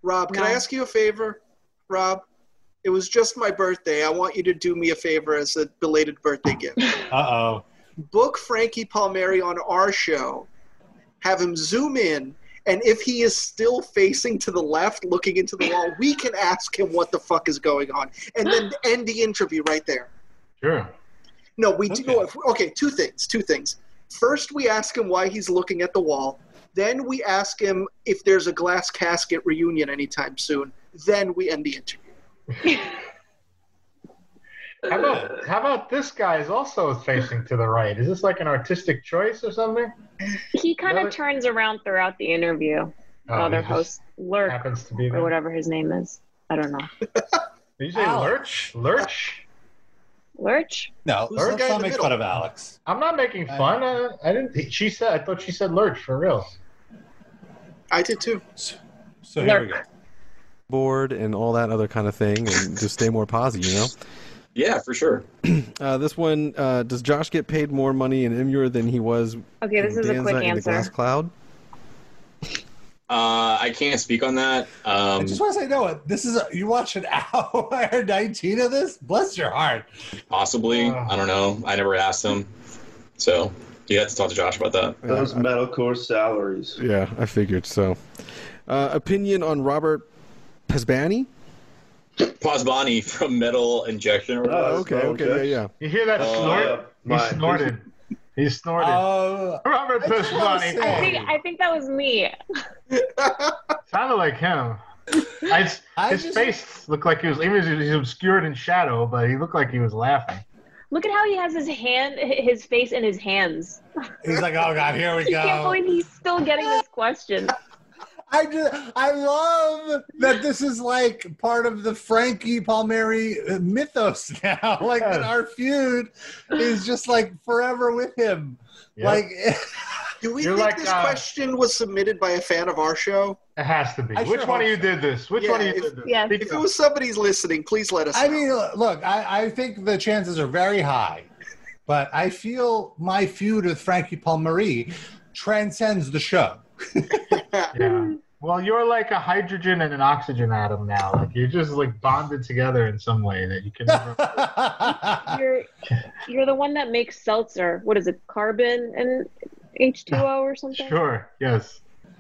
D: Rob, can I
E: No.
D: ask you a favor? Rob, it was just my birthday. I want you to do me a favor as a belated birthday gift.
B: Uh oh.
D: Book Frankie Palmieri on our show. Have him zoom in, and if he is still facing to the left, looking into the wall, we can ask him what the fuck is going on, and then end the interview right there.
C: Sure.
D: No, we do.
B: Okay.
D: no, if- Okay, two things. Two things. First, we ask him why he's looking at the wall. Then we ask him if there's a glass casket reunion anytime soon. Then we end the interview.
C: How about how about this guy is also facing to the right? Is this like an artistic choice or something?
E: He kind
C: Another-
E: of turns around throughout the interview. The
C: Oh,
E: other
C: he just
E: host, Lurk,
C: happens to be
E: or
C: there.
E: whatever his name is. I don't know.
C: Did you say
B: Ouch.
C: lurch? Lurch?
E: Lurch?
B: No,
D: Who's the
B: Earth
D: guy in
B: still
D: the
B: makes
D: middle?
B: fun of Alex.
C: I'm not making
B: Uh,
C: fun. I, I didn't. She said. I thought she said lurch for real.
D: I did too.
B: So here we
E: Lurk.
B: go.
F: board and all that other kind of thing, and just stay more posy, you know.
G: Yeah, for sure.
F: Uh, this one uh, does Josh get paid more money in Imur than he was
E: Okay, this
F: in
E: is a
F: Danza
E: quick
F: in the Glass
E: answer.
F: Cloud?
G: Uh, I can't speak on that.
B: I
G: Um,
B: just want to say, no. what? This is a, you watch an hour nineteen of this. Bless your heart.
G: possibly.
B: Uh.
G: I don't know. I never asked him. So you have to talk to Josh about that.
F: Yeah,
H: Those metalcore salaries.
F: Yeah, I figured so. Uh, opinion on Robert Pesbani?
G: Posbani from Metal Injection. Or
C: Uh,
G: whatever.
H: Oh,
F: Okay, okay, yeah,
C: You hear that
G: Uh,
C: snort?
H: my-
C: he snorted. He snorted.
B: Oh,
C: Robert
B: I just wanna
C: Pisani.
B: say-
E: I think I think that was me.
C: Sounded like him. I, his
B: I just-
C: face looked like he was, even he was obscured in shadow, but he looked like he was laughing.
E: Look at how he has his hand, his face in his hands.
B: he's like, oh god, here we
E: I can't
B: go.
E: believe he's still getting this question.
B: I just, I love that this is like part of the Frankie Palmieri uh, mythos now. Like that our feud is just like forever with him.
C: Yep.
B: Like
D: Do we
C: You're
D: think
C: like,
D: this
C: uh,
D: question was submitted by a fan of our show?
C: It has to be.
B: I
C: Which
B: sure
C: one of
B: hope
C: you did this? Which
D: Yeah,
C: one of you
D: if-
C: did this?
E: yeah.
C: Speak
D: If it
C: up.
D: was somebody's listening, please let us
B: I
D: know.
B: mean, look, I, I think the chances are very high, but I feel my feud with Frankie Palmieri transcends the show.
C: Yeah. Well, you're like a hydrogen and an oxygen atom now. Like you're just like bonded together in some way that you can never.
E: You're you're the one that makes seltzer. What is it? Carbon and H2O or something?
C: sure. Yes.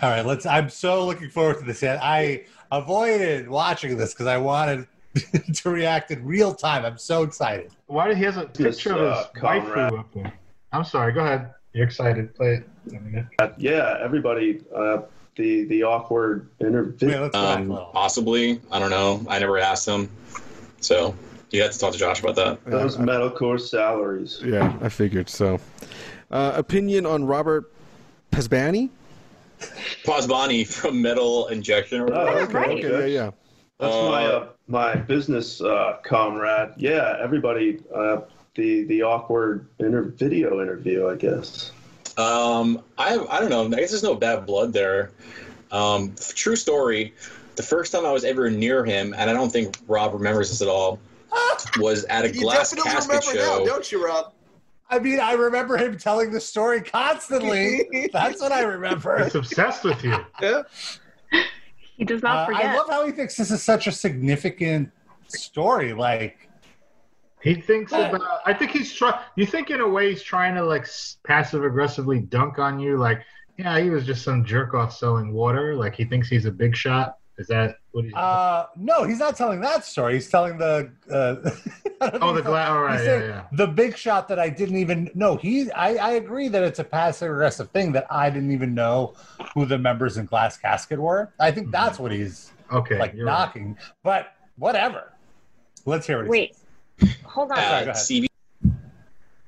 B: All right, let's. I'm so looking forward to this. I- I avoided watching this because I wanted to react in real time. I'm so excited.
C: Why did he has a picture of
H: uh,
C: his
H: Conrad.
C: waifu up there? I'm sorry. Go ahead. You're excited. Play it. Let me know.
H: Uh, yeah, everybody. Uh, the the awkward interview.
B: Wait, let's go back a
G: Um,
B: little.
G: possibly. I don't know. I never asked him. So you have to talk to Josh about that.
F: yeah.
H: Those metalcore salaries.
F: Yeah, I figured so. Uh, opinion on Robert Pesbani?
G: Posbani from Metal Injection. Or
H: Oh,
G: whatever.
H: okay,
E: right.
H: okay.
F: Okay, yeah, yeah.
H: That's
G: Uh,
H: my uh, my business uh, comrade. Yeah, everybody. Uh, the the awkward inter- video interview, I guess.
G: Um, I I don't know. I guess there's no bad blood there. Um, true story. The first time I was ever near him, and I don't think Rob remembers this at all, was at a
D: you
G: glass
D: definitely
G: casket
D: remember now,
G: show.
D: don't you, Rob?
B: I mean, I remember him telling the story constantly. That's what I remember.
C: It's obsessed with you.
D: Yeah.
E: He does
B: Uh,
E: not forget.
B: I love how he thinks this is such a significant story. Like,
C: He thinks
B: But-
C: about. I think he's trying. You think in a way he's trying to like passive aggressively dunk on you. Like, yeah, he was just some jerk off selling water. Like he thinks he's a big shot. Is that what he's?
B: uh, no, he's not telling that story. He's telling the. Uh, I don't
C: oh,
B: know
C: the
B: if he's
C: glass. All right.
B: he's
C: Yeah,
B: saying-
C: yeah.
B: the big shot that I didn't even know. He, I, I agree that it's a passive aggressive thing that I didn't even know who the members in Glass Casket were. I think that's what he's
C: Okay.
B: like
C: Mm-hmm. you're right.
B: knocking. But whatever. Let's hear it.
E: Wait, hold on.
B: Oh, Sorry, go
G: Uh,
B: ahead.
G: CV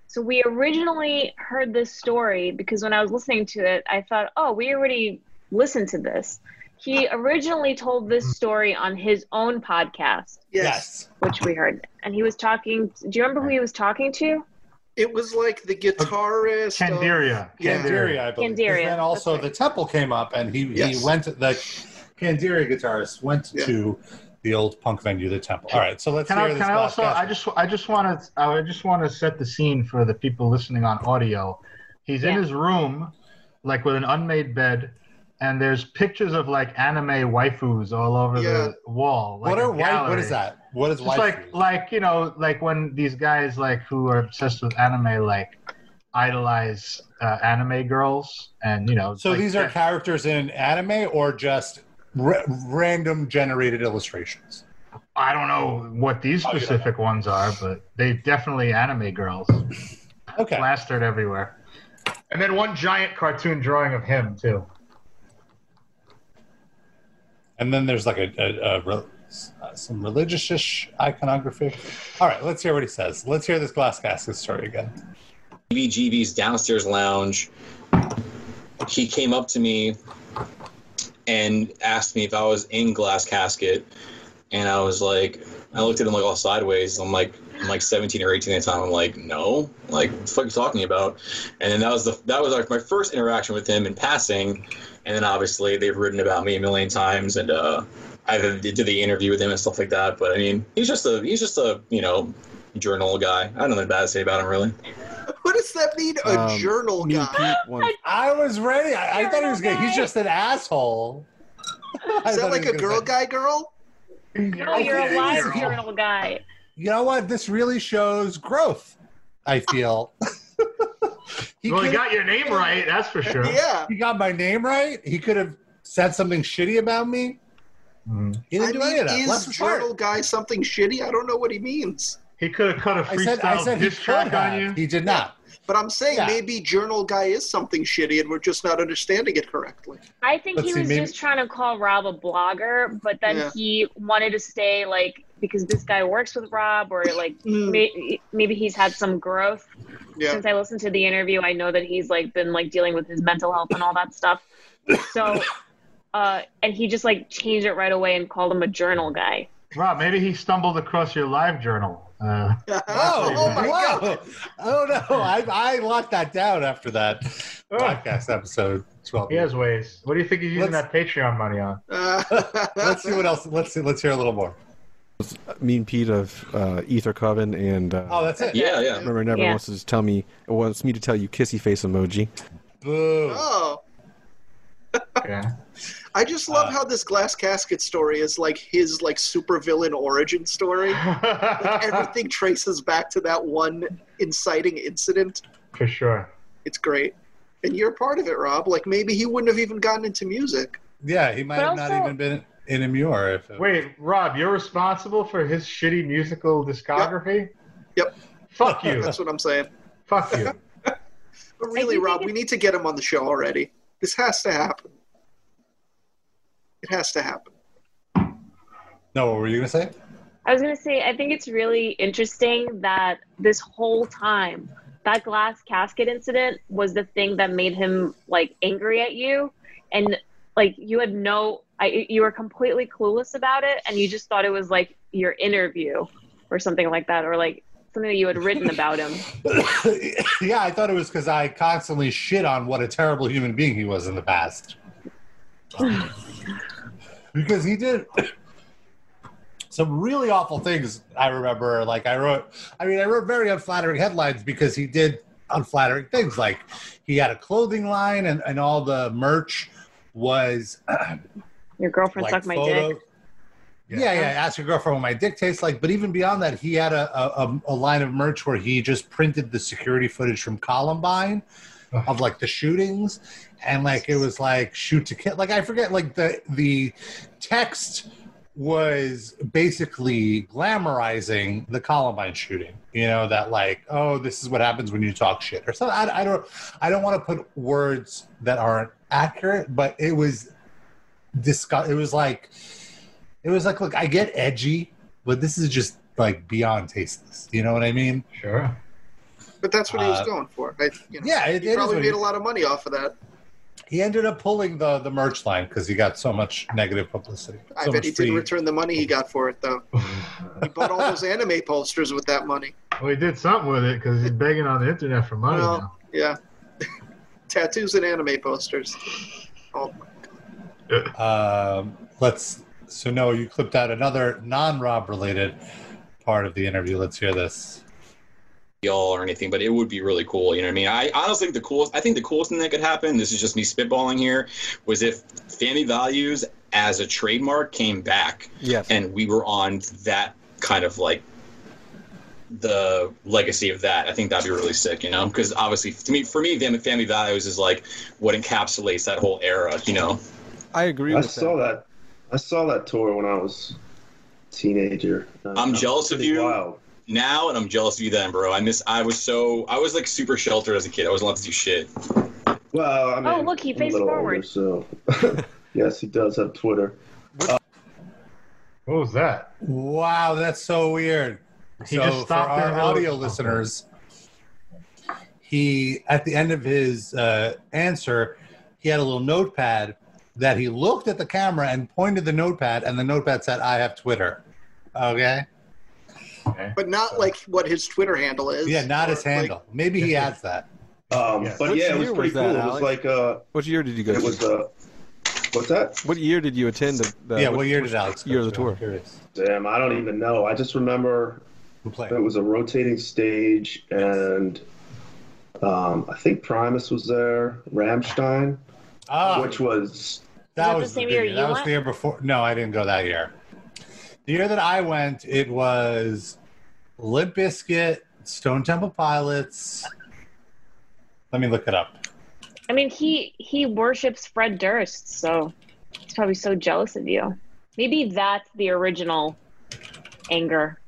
E: So we originally heard this story because when I was listening to it, I thought, oh, we already listened to this. He originally told
B: Mm.
E: this story on his own podcast,
D: Yes.
B: Yes.
E: which we heard, and he was talking. Do you remember who he was talking to?
D: It was like the guitarist. of-
C: Candiria.
D: Yeah.
B: Candiria, I believe. 'Cause
E: Candiria,
B: Then also
E: that's
B: the temple came up, and he
D: Yes.
B: he went. The Candiria guitarist went
D: Yeah.
B: to the old punk venue, the temple. All right, so let's
C: Can
B: hear
C: I,
B: this.
C: can I
B: Glass
C: also? I
B: Casket.
C: just I just want to I just want to set the scene for the people listening on audio. He's in
E: Yeah.
C: his room, like with an unmade bed, and there's pictures of like anime waifus all over
D: Yeah.
C: the wall. Like
B: what
C: a
B: are white? What
C: gallery.
B: is that? What is
C: Just
B: white?
C: like like you know like when these guys like who are obsessed with anime like idolize uh, anime girls and you know
B: So
C: like
B: these are
C: that-
B: characters in anime or just ra- random generated illustrations?
C: I don't know what these
B: Oh, you don't
C: specific ones are, but they definitely anime girls.
B: Okay.
C: plastered everywhere. And then one giant cartoon drawing of him too.
B: And then there's like a, a, a re- uh, some religious iconography. All right, let's hear what he says. Let's hear this glass casket story again.
G: BGB's downstairs lounge. He came up to me and asked me if I was in Glass Casket, and I was like, I looked at him like all sideways. I'm like, I'm like 17 or 18 at the time. I'm like, no, like, what the fuck are you talking about? And then that was the that was like my first interaction with him in passing, And then obviously they've written about me a million times, and uh, I did the interview with him and stuff like that. But I mean, he's just a he's just a you know journal guy. I don't know nothing bad to say about him really.
D: uh, What does that mean? A
F: Um,
E: Oh,
D: journal
F: me and
D: guy.
F: Pete once-
B: I was ready. I, I thought he was
E: Girl
B: gay. He's
E: guy.
B: just an asshole. I
D: Is that
B: thought he
D: like
B: was
D: a
B: gonna
D: girl
B: say-
D: guy girl?
E: No, Oh, you're a live
C: girl.
E: journal guy.
B: You know what? This really shows growth. I feel. he,
C: Well, he
B: could-
C: got your name right, that's for sure.
D: Yeah.
B: he got my name right. He could have said something shitty about me.
C: Mhm.
B: He
D: I
B: didn't do any
D: mean,
B: of that.
D: is
B: Bless his heart.
D: journal guy something shitty? I don't know what he means.
C: He could have cut a
B: I
C: freestyle
B: said. I said he
C: diss track
B: could
C: on
B: have.
C: you.
B: He did not.
D: But I'm saying
B: Yeah.
D: maybe journal guy is something shitty and we're just not understanding it correctly.
E: I think
B: Let's
E: he
B: see,
E: was
B: maybe-
E: just trying to call Rob a blogger, but then
D: Yeah.
E: he wanted to stay like because this guy works with Rob, or like
D: Mm,
E: may- maybe he's had some growth
D: yeah.
E: since I listened to the interview, I know that he's like been like dealing with his mental health and all that stuff. So, uh, and he just like changed it right away and called him a journal guy.
C: Rob, maybe he stumbled across your live journal. Uh,
B: Oh,
D: oh my
B: wow.
D: god.
B: Oh no, I I locked that down after that podcast episode twelve.
C: Oh. he has ways. What do you think he's using
B: Let's-
C: that Patreon money on?
D: Uh,
B: Let's see what else. Let's see. Let's hear a little more.
F: me and Pete of uh, Ether Coven and uh,
B: Oh, that's it.
G: Yeah, yeah.
F: remember never
E: Yeah.
F: wants to tell me wants me to tell you kissy face emoji.
B: Boo.
D: Oh.
C: Yeah.
D: I just love
B: Uh,
D: how this glass casket story is like his like supervillain origin story. Like everything traces back to that one inciting incident.
C: for sure.
D: It's great. And you're part of it, Rob. Like maybe he wouldn't have even gotten into music.
B: Yeah, he might
E: But
B: have not
E: also-
B: even been in a Muir. If it,
C: Wait, Rob, you're responsible for his shitty musical discography?
D: Yep.
C: Fuck you.
D: That's what I'm saying.
C: Fuck you.
D: But
E: do
D: really,
E: think
D: Rob,
E: it-
D: we need to get him on the show already. This has to happen. It has to happen.
B: no, what were you gonna say?
E: I was gonna say, I think it's really interesting that this whole time that glass casket incident was the thing that made him like angry at you, and like you had no, I, you were completely clueless about it, and you just thought it was like your interview or something like that, or like something that you had written about him.
B: yeah, I thought it was because I constantly shit on what a terrible human being he was in the past. because he did some really awful things. I remember, like I wrote, I mean, I wrote very unflattering headlines because he did unflattering things. Like he had a clothing line, and and all the merch was
E: Your girlfriend
B: like
E: sucked my
B: photo-
E: dick.
B: Yeah. yeah, Ask your girlfriend what my dick tastes like. But even beyond that, he had a, a, a- a line of merch where he just printed the security footage from Columbine of like the shootings, and like it was like shoot to kill. Like I forget, like the the text was basically glamorizing the Columbine shooting. You know that like oh this is what happens when you talk shit or something. I, I don't I don't want to put words that aren't accurate, but it was discuss. It was like it was like look I get edgy, but this is just like beyond tasteless. You know what I mean?
C: Sure.
D: But that's what he
B: Uh,
D: was going for. I, you know,
B: Yeah, it,
D: he
B: it is.
D: probably
B: what
D: made
B: it-
D: a lot of money off of that.
B: he ended up pulling the the merch line because he got so much negative publicity.
D: I
B: so
D: bet
B: much
D: he
B: free-
D: didn't return the money he got for it, though. he bought all those anime posters with that money.
C: Well, he did something with it because he's begging on the internet for money
D: Well,
C: now.
D: yeah. Tattoos and anime posters. Oh,
B: Um, let's. So no, you clipped out another non-Rob related part of the interview. Let's hear this.
G: y'all or anything, but it would be really cool. You know what I mean? I honestly think the coolest I think the coolest thing that could happen, this is just me spitballing here, was if family values as a trademark came back
F: Yes.
G: and we were on that kind of like the legacy of that. I think that'd be really sick, you know? Because obviously to me for me fam- family values is like what encapsulates that whole era, you know.
F: I agree
H: I
F: with
H: saw
F: that.
H: that. I saw that tour when I was a teenager. Uh,
G: I'm jealous of
H: pretty
G: you.
H: Wild.
G: Now and I'm jealous of you then, bro. I miss I was so I was like super sheltered as a kid. I wasn't allowed to do shit.
H: Well, I mean,
E: Oh, look, he
H: I'm a
E: faced
H: little
E: forward.
H: Older, so yes, he does have Twitter.
C: What was that?
B: Wow, that's so weird.
C: He
B: so
C: just stopped
B: for
C: in the
B: our
C: middle of
B: audio
C: something.
B: listeners, he at the end of his uh, answer, he had a little notepad that he looked at the camera and pointed the notepad, and the notepad said, "I have Twitter." Okay.
C: Okay.
D: but not like what his Twitter handle is.
B: Yeah, not
D: or,
B: his handle. Maybe he has that.
H: Um,
C: Yes.
H: But
F: Which
H: yeah, it
F: year
H: was
F: was
H: pretty
F: that,
H: cool.
F: Alex?
H: It was like uh,
F: What year did you go?
H: it was
F: to?
H: uh, What's that?
F: What year did you attend? The, the-
B: yeah,
F: what-
B: what year did Alex? go
F: year of the
B: to?
F: tour?
B: I'm curious.
H: Damn, I don't even know. I just remember
B: Who played?
H: it was a rotating stage, and um, I think Primus was there, Ramstein,
B: Ah,
H: which was
E: that
B: that
E: the
B: was the
E: same
B: good
E: year
B: year.
E: you
B: That was
E: went?
B: the year before. No, I didn't go that year. The year that I went, it was Limp Bizkit, Stone Temple Pilots. Let me look it up.
E: I mean, he he worships Fred Durst, so he's probably so jealous of you. Maybe that's the original anger.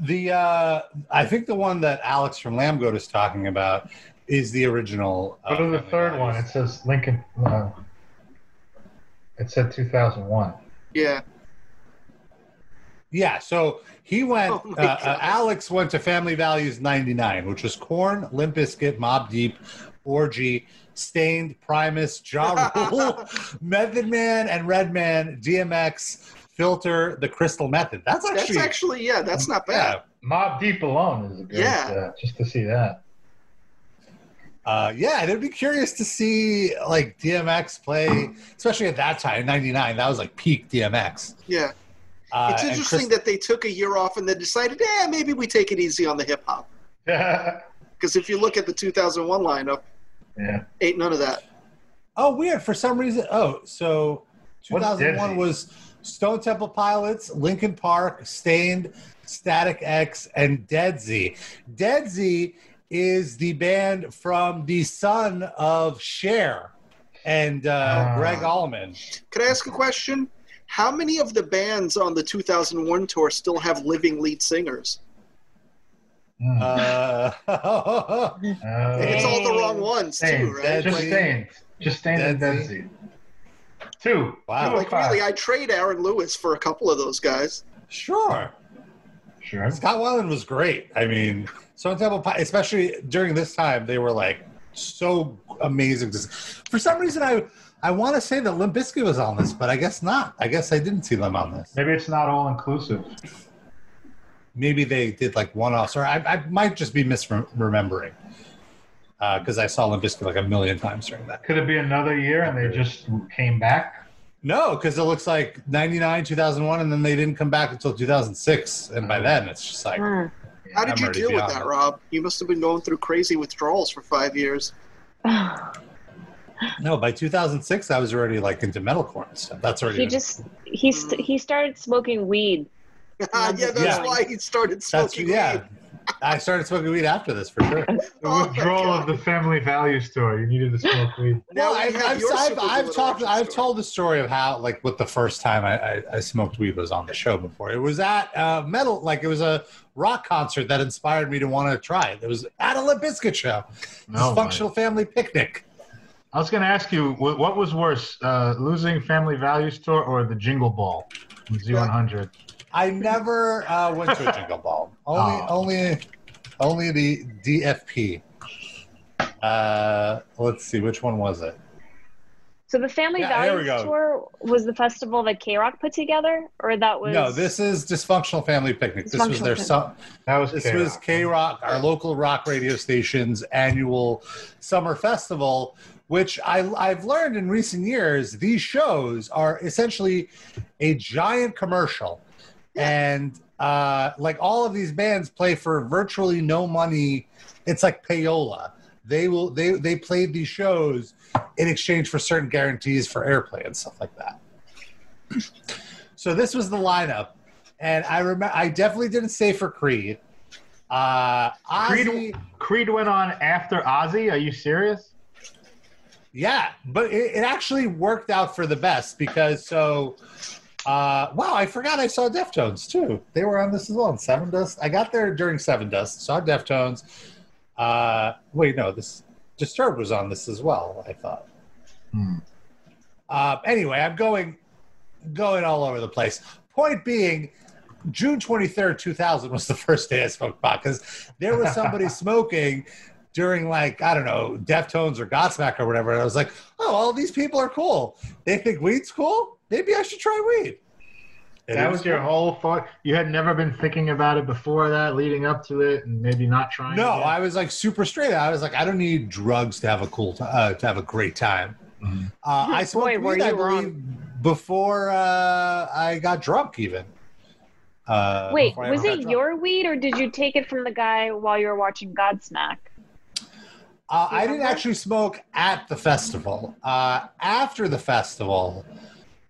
B: The uh, I think the one that Alex from Lamb Goat is talking about is the original. Uh,
C: Go to the
B: Family
C: third
B: Guy.
C: one. It says Lincoln. Uh, it said 2001.
D: Yeah.
B: Yeah, so he went.
D: Oh my
B: uh, uh,
D: God.
B: Alex went to Family Values '99, which was Corn, Limp Bizkit, Mob Deep, Orgy, Stained, Primus, Ja Rule, Method Man, and Redman, DMX, Filter, The Crystal Method. That's
D: That's
B: actually,
D: actually, yeah, that's not bad.
B: yeah,
C: Mob Deep alone is a great.
D: Yeah.
C: Uh, just to see that.
B: uh, yeah. And it'd be curious to see like DMX play, especially at that time, '99. That was like peak DMX.
D: Yeah.
B: Uh,
D: It's
B: and
D: interesting
B: Chris-
D: that they took a year off and then decided, eh, maybe we take it easy on the hip hop.
C: Yeah.
D: Because if you look at the 2001 lineup,
C: yeah.
D: ain't none of that.
B: Oh, weird. For some reason. Oh, so
C: What
B: 2001
C: did he-
B: was Stone Temple Pilots, Lincoln Park, Stained, Static X, and Dead Z. Dead Z is the band from the son of Cher and uh,
C: Ah.
B: Greg Allman.
D: Could I ask a question? How many of the bands on the 2001 tour still have living lead singers?
C: Mm.
B: Uh,
C: Uh,
D: It's all the wrong ones, too,
C: stained.
D: right?
C: Just
B: Dead
D: Like,
B: Sea.
C: stained. Just stained and
B: Dead
C: Dead Sea. Two.
B: Wow.
C: Two of
D: like,
C: five.
D: really, I trade Aaron Lewis for a couple of those guys.
B: sure.
C: Sure.
B: Scott Weiland was great. I mean, Stone Temple Pi- especially during this time, they were like so amazing. For some reason, I I want to say that Limp Bizkit was on this, but I guess not. I guess I didn't see them on this.
C: Maybe it's not all inclusive.
B: Maybe they did like one offs, or I, I might just be misremembering because I saw Limp Bizkit like a million times during that.
C: Could it be another year and they just came back?
B: No, because it looks like '99, 2001, and then they didn't come back until 2006, and by then it's just like.
E: Hmm.
D: How did
B: I'm
D: you
B: already
D: deal with
B: beyond
D: that,
B: it.
D: Rob? You must have been going through crazy withdrawals for five years.
B: No, by 2006, I was already like into metalcore and stuff. That's already
E: he just he st- he started smoking weed.
D: yeah,
E: Not
D: that's
B: Yeah.
D: why he started
B: That's
D: smoking
B: yeah.
D: weed.
B: I started smoking weed after this for sure.
C: The
D: Oh my
C: withdrawal of the family value store. You needed to smoke weed.
D: Now
B: Well,
D: we
B: I've,
D: have
B: I've,
D: your
B: I've,
D: Super
B: I've
D: Glue
B: talked.
D: origin
B: I've
D: story.
B: told the story of how, like, what the first time I, I, I smoked weed was on the show before. It was at uh, metal, like it was a rock concert that inspired me to want to try it. It was at a Limp Bizkit show,
C: No,
B: dysfunctional family picnic.
C: I was going to ask you wh- what was worse, uh, losing family value store or the Jingle Ball, Z one hundred.
B: I never uh, went to a jingle ball. Only,
C: Oh.
B: only, only the DFP. Uh, let's see, which one was it?
E: So the Family
B: Yeah, there we
E: Values
B: go.
E: Tour was the festival that K Rock put together, or that was
B: No, this is dysfunctional family picnic. This was their
E: Dysfunctional
B: son.
C: That was
B: This
C: K-Rock.
B: was K Rock, our local rock radio station's annual summer festival, which I, I've learned in recent years, these shows are essentially a giant commercial. And uh, like all of these bands play for virtually no money. It's like payola. They will they they played these shows in exchange for certain guarantees for airplay and stuff like that. so this was the lineup. And I remember, I definitely didn't say for Creed. Uh,
C: Creed-
B: Ozzy-
C: Creed went on after Ozzy. Are you serious?
B: yeah, but it, it actually worked out for the best because so. Uh, wow, I forgot I saw Deftones too. They were on this as well. And Seven Dust. I got there during Seven Dust. Saw Deftones. Uh, wait, no, this Disturbed was on this as well. I thought.
C: Hmm.
B: Uh, anyway, I'm going going all over the place. Point being, June 23rd, 2000 was the first day I smoked pot because there was somebody smoking during like I don't know Deftones or Godsmack or whatever, and I was like, oh, all these people are cool. They think weed's cool. Maybe I should try weed. And it
C: that was your whole thought. You had never been thinking about it before that, leading up to it, and maybe not trying.
B: No,
C: again?
B: I was like super straight. I was like, I don't need drugs to have a cool, t- uh, to have a great time. Uh, I smoked
E: Boy, were
B: weed, I
E: you wrong.
B: believe, before uh, I got drunk, even. Uh,
E: Wait,
B: before I
E: was
B: ever got
E: it
B: drunk.
E: your weed or did you take it from the guy while you were watching Godsmack?
B: Uh, I didn't
E: remember?
B: actually smoke at the festival. Uh, after the festival,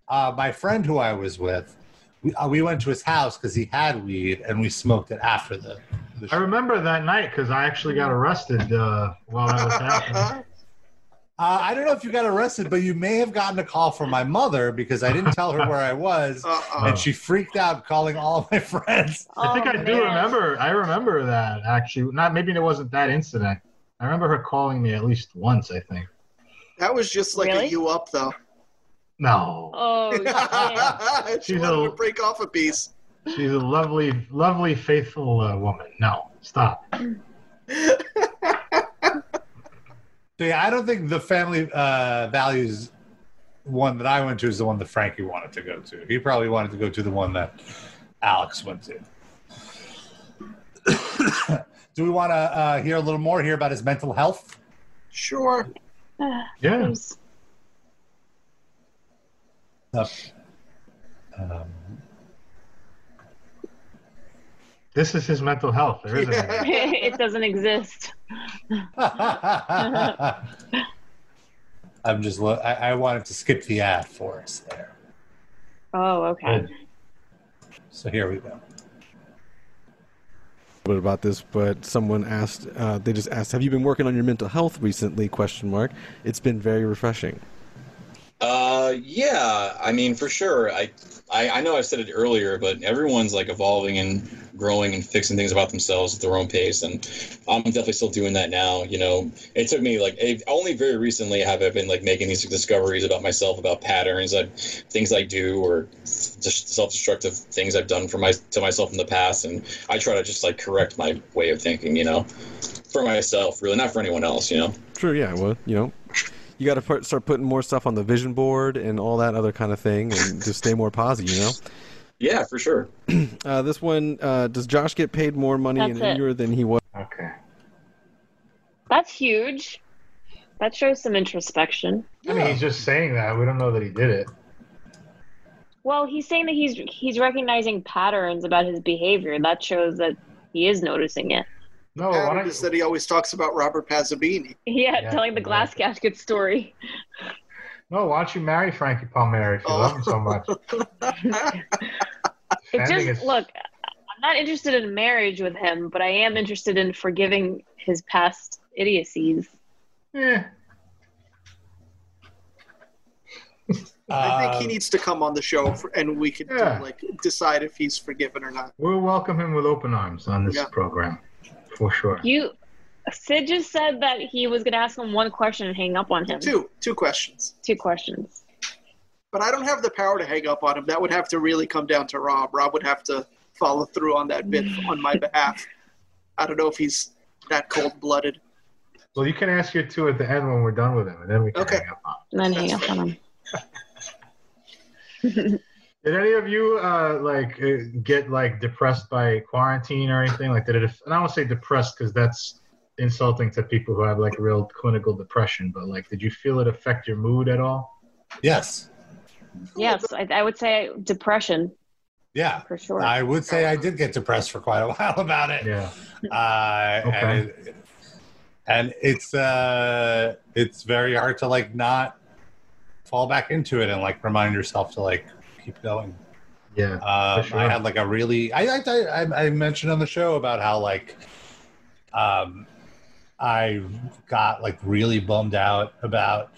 B: uh, my friend who I was with, we, uh, we went to his house because he had weed, and we smoked it after the. the
C: I
B: show.
C: remember that night because I actually got arrested uh, while that was happening.
B: Uh, I don't know if you got arrested, but you may have gotten a call from my mother because I didn't tell her where I was,
D: Uh-oh.
B: and she freaked out, calling all my friends.
C: I think
E: Oh,
C: I do
E: man.
C: remember. I remember that actually. Not maybe it wasn't that incident. I remember her calling me at least once. I think.
D: That was just like
E: Really?
D: a you up though.
C: No,
E: Oh, shit.
D: she
C: She's
D: wanted
C: a-
D: to break off a piece.
C: she's a lovely, lovely, faithful uh, woman. No, stop.
B: So yeah, I don't think the family uh, values one that I went to is the one that Frankie wanted to go to. He probably wanted to go to the one that Alex went to. Do we want to uh, hear a little more here about his mental health?
D: Sure.
C: Yeah.
E: Oops.
B: Uh, um,
C: This is his mental health. There isn't.
D: Yeah.
C: any.
E: it doesn't exist.
B: I'm just. Lo- I-, I wanted to skip the ad for us there.
E: Oh, okay.
B: So here we go.
F: bit about this, but someone asked, uh, they just asked, "Have you been working on your mental health recently?" Question mark. It's been very refreshing.
G: Uh, yeah. I mean, for sure. I, I, I know I said it earlier, but everyone's like evolving and growing and fixing things about themselves at their own pace, and I'm definitely still doing that now. You know, it took me like it, only very recently have I been like making these discoveries about myself, about patterns, like things I do or just self-destructive things I've done for my to myself in the past, and I try to just like correct my way of thinking. You know, for myself, really, not for anyone else. You know.
F: True. Yeah. Well, you know, you got to put, start putting more stuff on the vision board and all that other kind of thing, and just stay more posy. You know.
G: Yeah, for sure.
F: Uh, this one uh, does Josh get paid more money in
E: That's
F: a
E: it.
F: year than he was?
C: Okay.
E: That's huge. That shows some introspection.
C: I mean, he's just saying that. We don't know that he did it.
E: Well, he's saying that he's he's recognizing patterns about his behavior. That shows that he is noticing it.
C: No, oh, why
D: Adam
C: don't
D: is that he always talks about Robert Pazzabini.
E: Yeah,
C: Yeah,
E: telling the glass casket story.
C: No, why don't you marry Frankie Palmieri if you
D: Oh.
C: love him so much?
E: It
C: Defending
E: just
C: his-
E: look. I'm not interested in marriage with him, but I am interested in forgiving his past idiocies.
C: Eh,
D: I think
B: Um,
D: he needs to come on the show for, and we could
C: Yeah.
D: like decide if he's forgiven or not.
C: we'll welcome him with open arms on this
D: Yeah.
C: program, for sure.
E: You, Sid just said that he was going to ask him one question and hang up on him.
D: Two, two questions.
E: Two questions.
D: But I don't have the power to hang up on him. That would have to really come down to Rob. Rob would have to follow through on that bit on my behalf. I don't know if he's that cold-blooded.
C: Well, you can ask your two at the end when we're done with him, and then we can
D: Okay.
C: hang up on. him.
E: And then hang up on him.
C: Did any of you uh, like uh, get like depressed by quarantine or anything? Like, did it? And I don't want to say depressed because that's insulting to people who have like real clinical depression. But like, did you feel it affect your mood at all?
B: yes.
E: Yes, I, I would say depression
B: Yeah.
E: for sure.
B: I would say I did get depressed for quite a while about it.
C: Yeah.
B: Uh, and, it, and it's uh, it's very hard to like not fall back into it and like remind yourself to like keep going.
C: Yeah.
B: Um,
C: For sure.
B: I had like a really I, I I I mentioned on the show about how like um I got like really bummed out about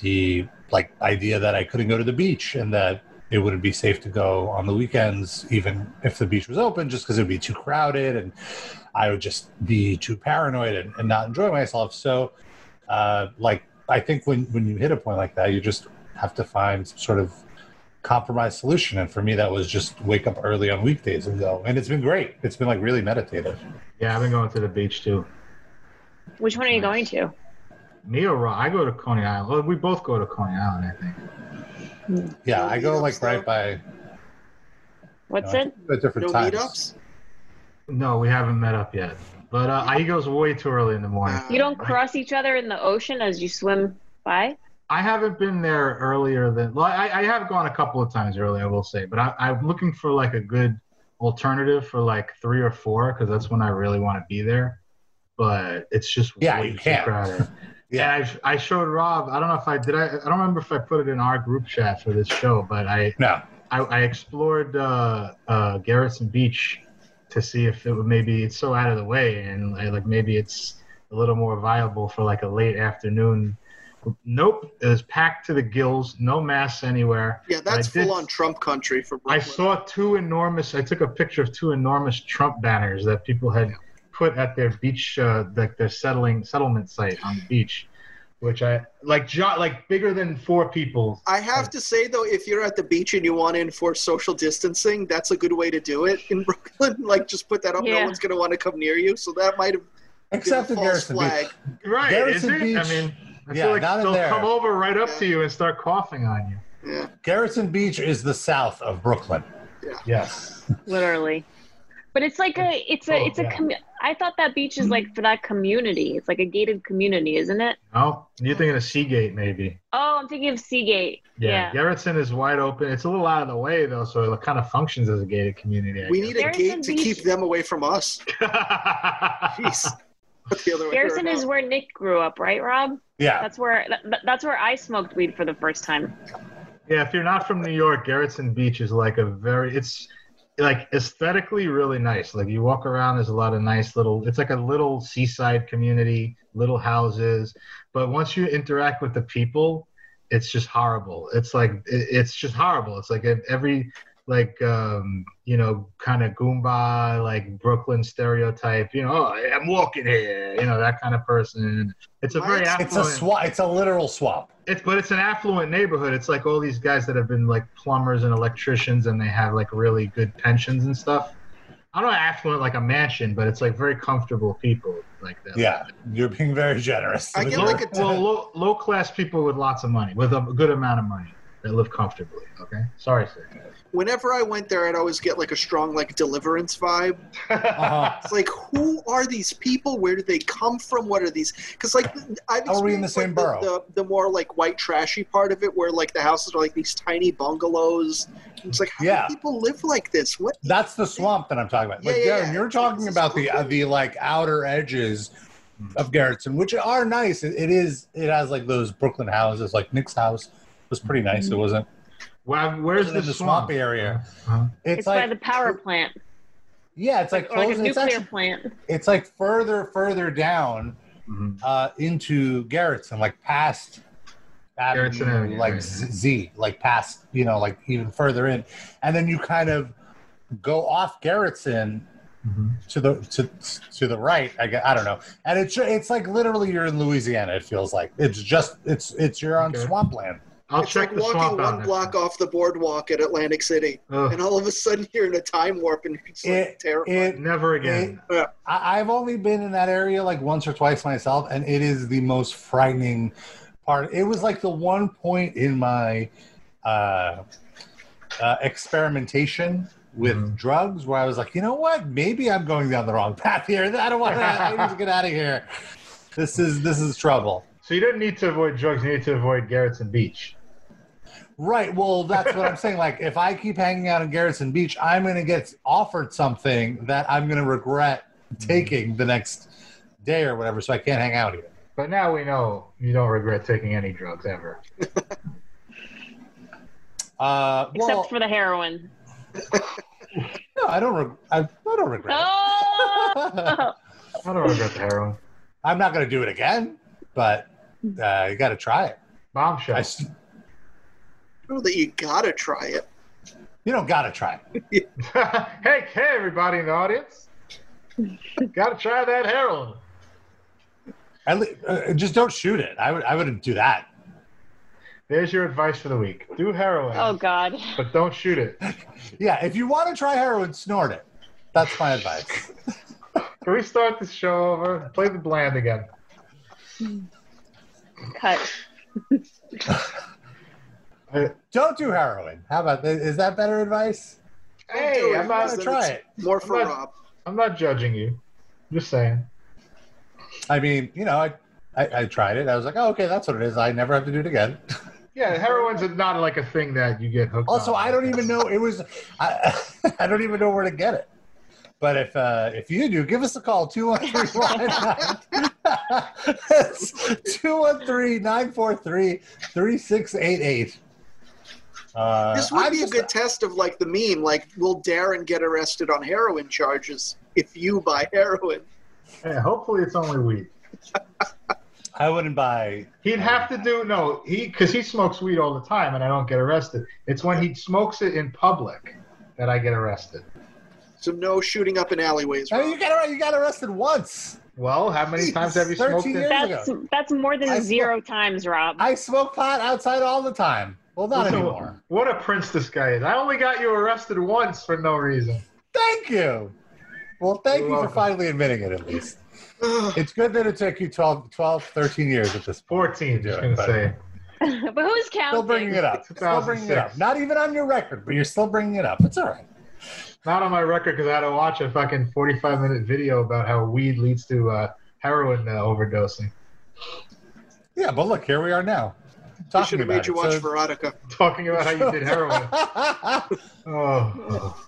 B: the like idea that I couldn't go to the beach and that it wouldn't be safe to go on the weekends even if the beach was open just because it would be too crowded and I would just be too paranoid and, and not enjoy myself. So uh like I think when when you hit a point like that you just have to find some sort of compromise solution. And for me, that was just wake up early on weekdays and go. And it's been great. It's been like really meditative.
C: Yeah, I've been going to the beach too.
E: Which one are you going
C: Nice.
E: to?
C: Me or Rob? I go to Coney Island. Well, we both go to Coney Island, I think.
B: Yeah,
D: No
B: I go
D: meetups,
B: like right
D: though?
B: by
E: What's
B: No,
E: it?
B: at different
D: No
B: times.
D: meetups.
C: No, we haven't met up yet. But uh, he goes way too early in the morning.
D: Uh,
E: You don't cross each other in the ocean as you swim by?
C: I haven't been there earlier than. Well, I, I have gone a couple of times early, I will say, but I, I'm looking for like a good alternative for like three or four because that's when I really want to be there. But it's just
B: Yeah,
C: way
B: you
C: too
B: can't.
C: crowded.
B: Yeah.
C: Yeah, I've, I showed Rob. I don't know if I did. I, I don't remember if I put it in our group chat for this show, but I
B: No.
C: I, I explored uh, uh, Garrison Beach to see if it would maybe it's so out of the way and uh, like like, maybe it's a little more viable for like a late afternoon. Nope, it was packed to the gills, no masks anywhere.
D: Yeah, that's
C: I did-
D: full on Trump country for
C: I
D: Brooklyn.
C: saw two enormous. I took a picture of two enormous Trump banners that people had put at their beach, uh, like their settling settlement site on the beach, which I like, jo- like bigger than four people.
D: I have to say though, if you're at the beach and you want to enforce social distancing, that's a good way to do it in Brooklyn. Like just put that up. No
E: Yeah.
D: one's gonna want to come near you. So that might have
B: Except
D: been
B: for
D: a false
B: Garrison
D: flag.
B: Beach.
C: Right?
B: Garrison
C: is it? I
B: Beach-
C: mean, I
B: yeah,
C: feel like
B: not in
C: they'll
B: there.
C: come over right up to you and start coughing on you.
D: Yeah.
B: Garrison Beach is the south of Brooklyn.
C: Yes.
E: literally. But it's like a, it's a, it's a.
B: Oh,
C: Yeah.
E: commu- I thought that beach is like for that community. It's like a gated community, isn't it?
C: Oh, you're thinking of Seagate, maybe?
E: Oh, I'm thinking of Seagate. Yeah.
C: Garrison is wide open. It's a little out of the way though, so it kind of functions as a gated community. I
D: We need a
E: Garrison
D: gate to
E: Beach-
D: keep them away from us.
C: guess.
D: Jeez. But the other way
E: Garrison
D: around.
E: is where Nick grew up, right, Rob?
B: Yeah.
E: That's where that, that's where I smoked weed for the first time.
C: Yeah, if you're not from New York, Garrison Beach is like a very it's like aesthetically really nice. Like you walk around, there's a lot of nice little. It's like a little seaside community, little houses. But once you interact with the people, it's just horrible. It's like it- it's just horrible. It's like every like um you know kind of goomba like Brooklyn stereotype. You know, oh, I'm walking here. You know that kind of person. It's a very
D: Right.
B: It's a
C: affluent-
B: swap. It's a literal swap.
C: it's but it's an affluent neighborhood. It's like all these guys that have been like plumbers and electricians, and they have like really good pensions and stuff. I don't know affluent like a mansion, but it's like very comfortable people like that.
B: Yeah. You're being very generous.
D: I get
C: low,
D: like a-
C: well, low low class people with lots of money, with a good amount of money that live comfortably. Okay, sorry, sir.
D: Whenever I went there, I'd always get like a strong like deliverance vibe.
B: Uh-huh.
D: It's like, who are these people? Where do they come from? What are these? Because like, I've
B: Are we in the
D: experienced,
B: same
D: like,
B: borough?
D: The, the, the more like white trashy part of it, where like the houses are like these tiny bungalows. It's like, how
B: Yeah.
D: do people live like this? What?
B: That's the swamp that I'm talking about. But
D: Yeah, yeah,
B: Darren,
D: yeah.
B: you're talking about the uh, the like outer edges
D: Hmm.
B: of Garrison, which are nice. It, it is. It has like those Brooklyn houses, like Nick's house was pretty nice.
D: Hmm.
B: It wasn't.
C: Well, where's
B: wasn't
C: the,
B: in the
C: swamp?
B: swampy area.
C: Uh-huh.
B: It's,
E: It's, by
B: like
E: the power plant,
B: yeah, it's like,
E: or like a
B: close- it's
E: nuclear
B: actually
E: plant.
B: it's like further further down
C: Mhm.
B: uh, into Garrettson, like past
C: Garrettson
B: Avenue,
C: Avenue,
B: like
C: right.
B: Z, Z, like past, you know, like even further in, and then you kind of go off Garrettson
C: Mhm.
B: to the to to the right. I, gue- I don't know, and it's it's like literally you're in Louisiana. It feels like it's just it's it's you're on
C: Okay.
B: swampland.
C: I'll
D: it's
C: check
D: like
C: the swamp
D: walking
C: out.
D: one
C: next
D: block
C: time.
D: off the boardwalk at Atlantic City,
C: Ugh,
D: and all of a sudden you're in a time warp, and it's like
B: It-
D: terrifying.
B: It
C: never again.
B: I, I've only been in that area like once or twice myself, and it is the most frightening part. It was like the one point in my uh, uh, experimentation with
C: Mhm.
B: drugs where I was like, you know what? Maybe I'm going down the wrong path here. I don't want to. I need to get out of here. This is this is trouble.
C: So you don't need to avoid drugs. You need to avoid Garrison Beach.
B: Right. Well, that's what I'm saying. Like, if I keep hanging out in Garrison Beach, I'm going to get offered something that I'm going to regret taking the next day or whatever. So I can't hang out here.
C: But now we know you don't regret taking any drugs ever.
B: Uh,
E: Except
B: well,
E: for the heroin.
B: no, I don't. Re- I, I don't regret.
E: Oh!
B: it.
C: I don't regret the heroin.
B: I'm not going to do it again, but uh, you got to try it.
C: Bombshell.
B: I s
D: I know that you gotta try it.
B: you don't got to try it.
C: hey, hey, everybody in the audience. Gotta try that heroin.
B: At le- uh, just don't shoot it. I would. I wouldn't do that.
C: There's your advice for the week. Do heroin,
E: oh God.
C: but don't shoot it.
B: Yeah, if you want to try heroin, snort it. That's my advice.
C: Can we start this show over? Play the bland again.
E: Cut.
B: Don't do heroin. How about that? Is that better advice?
C: Hey, I'm
B: I
C: not,
B: gotta try it.
D: More for
C: I'm not-
D: Rob.
C: I'm not judging you. Just saying.
B: I mean, you know, I I, I tried it. I was like, oh, okay, that's what it is. I never have to do it again.
C: Yeah, heroin's not like a thing that you get hooked.
B: Also,
C: on.
B: I
D: Oh,
B: don't even know it was. I, I don't even know where to get it. But if uh, if you do, give us a call 213-943-3688. Uh,
D: This would
B: I'm
D: be a
B: just-
D: good test of like the meme. Like, will Darren get arrested on heroin charges if you buy heroin?
C: Yeah, hopefully, it's only weed.
B: I wouldn't buy.
C: He'd have to do no, he because he smokes weed all the time, and I don't get arrested. It's when he smokes it in public that I get arrested.
D: So no shooting up in alleyways.
B: I
D: Rob.
B: mean, you got you got arrested once.
C: Well, how many times have you
B: 13
C: smoked
B: years.
C: it?
E: That's that's more than
B: I swear-
E: zero times, Rob.
B: I smoke pot outside all the time. Well, not
C: Listen,
B: anymore.
C: What a prince this guy is! I only got you arrested once for no reason.
B: Thank you. Well, thank
C: You're
B: you for
C: welcome.
B: finally admitting it. At least
D: Ugh.
B: it's good that it took you 12, 12 13 years at this point.
C: Fourteen, just
B: Yeah,
C: gonna
B: but-
C: say.
E: but who's
B: Still
E: counting?
B: bringing it up. Still bringing it up.
C: 2006.
B: Not even on your record, but you're still bringing it up. It's all right.
C: Not on my record because I had to watch a fucking forty-five minute video about how weed leads to uh, heroin uh, overdosing.
B: Yeah, but look, here we are now.
D: We
B: Talking
D: should have
B: about
D: made you
B: it.
D: watch
B: So-
D: Veronica.
C: Talking about how you did heroin. Oh,